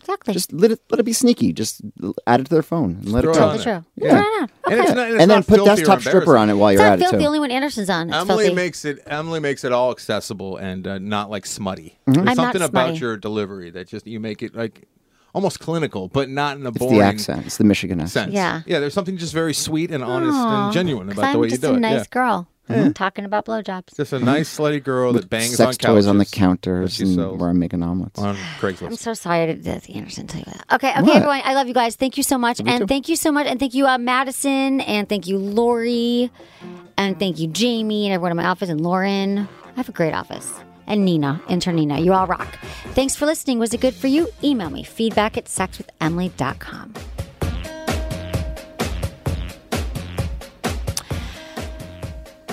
[SPEAKER 1] Exactly.
[SPEAKER 4] Just let it let it be sneaky. Just l- add it to their phone and let
[SPEAKER 3] throw
[SPEAKER 4] it
[SPEAKER 3] it
[SPEAKER 4] go.
[SPEAKER 3] on
[SPEAKER 1] That's
[SPEAKER 3] there.
[SPEAKER 1] true. Yeah. No, no, no.
[SPEAKER 3] And, it's not, it's
[SPEAKER 4] and then
[SPEAKER 3] not
[SPEAKER 4] put
[SPEAKER 3] filthy or
[SPEAKER 4] desktop stripper on it while
[SPEAKER 1] It's
[SPEAKER 4] you're
[SPEAKER 1] not
[SPEAKER 4] at it
[SPEAKER 1] filthy.
[SPEAKER 4] too.
[SPEAKER 1] The only one Anderson's on. It's
[SPEAKER 3] Emily
[SPEAKER 1] filthy.
[SPEAKER 3] makes it. Emily makes it all accessible and uh, not like smutty.
[SPEAKER 1] I'm
[SPEAKER 4] Mm-hmm.
[SPEAKER 3] There's
[SPEAKER 1] not
[SPEAKER 3] something
[SPEAKER 1] smutty.
[SPEAKER 3] about your delivery that just you make it like almost clinical, but not in a
[SPEAKER 4] it's
[SPEAKER 3] boring
[SPEAKER 4] the accent. It's the Michigan accent.
[SPEAKER 3] sense.
[SPEAKER 1] Yeah.
[SPEAKER 3] yeah. There's something just very sweet and honest
[SPEAKER 1] Aw,
[SPEAKER 3] and genuine
[SPEAKER 1] 'cause
[SPEAKER 3] about the
[SPEAKER 1] I'm
[SPEAKER 3] way
[SPEAKER 1] just
[SPEAKER 3] you do
[SPEAKER 1] a
[SPEAKER 3] it.
[SPEAKER 1] nice
[SPEAKER 3] yeah.
[SPEAKER 1] girl talking about blowjobs.
[SPEAKER 3] Just a nice, slutty girl that bangs
[SPEAKER 4] Mm-hmm. Sex
[SPEAKER 3] on couches
[SPEAKER 4] toys on the
[SPEAKER 3] that
[SPEAKER 4] counters
[SPEAKER 3] she
[SPEAKER 4] and
[SPEAKER 3] sells
[SPEAKER 4] where I'm making omelets.
[SPEAKER 1] I'm
[SPEAKER 3] on Craigslist.
[SPEAKER 1] so sorry I did this, Anderson. Tell you that. Okay, okay,
[SPEAKER 4] What?
[SPEAKER 1] everyone. I love you guys. Thank you so much, and thank you so much, and thank you, uh, Madison, and thank you, Lori, and thank you, Jamie, and everyone in my office, and Lauren. I have a great office, and Nina, intern Nina. You all rock. Thanks for listening. Was it good for you? Email me feedback at sexwithemily.com.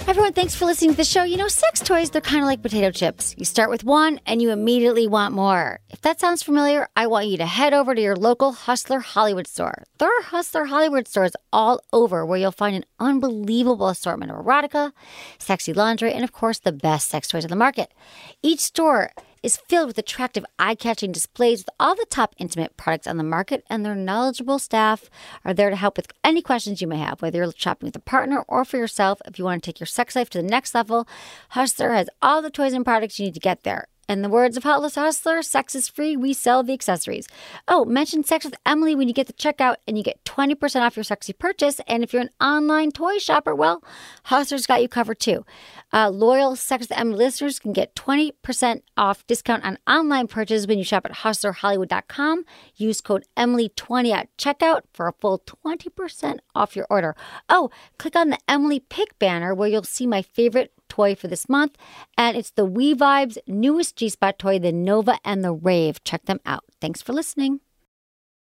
[SPEAKER 1] Everyone, thanks for listening to the show. You know, sex toys, they're kind of like potato chips. You start with one and you immediately want more. If that sounds familiar, I want you to head over to your local Hustler Hollywood store. There are Hustler Hollywood stores all over where you'll find an unbelievable assortment of erotica, sexy lingerie, and of course, the best sex toys on the market. Each store is filled with attractive, eye catching displays with all the top intimate products on the market, and their knowledgeable staff are there to help with any questions you may have, whether you're shopping with a partner or for yourself. If you want to take your sex life to the next level, Hustler has all the toys and products you need to get there. In the words of Heartless Hustler, sex is free, we sell the accessories. Oh, mention sex with Emily when you get the checkout and you get 20% off your sexy purchase. And if you're an online toy shopper, well, Hustler's got you covered too. Uh, loyal Sex with Emily listeners can get 20% off discount on online purchases when you shop at hustlerhollywood.com. Use code Emily20 at checkout for a full 20% off your order. Oh, click on the Emily Pick banner where you'll see my favorite toy for this month, and it's the WeVibes newest G Spot toy, the Nova and the Rave. Check them out. Thanks for listening.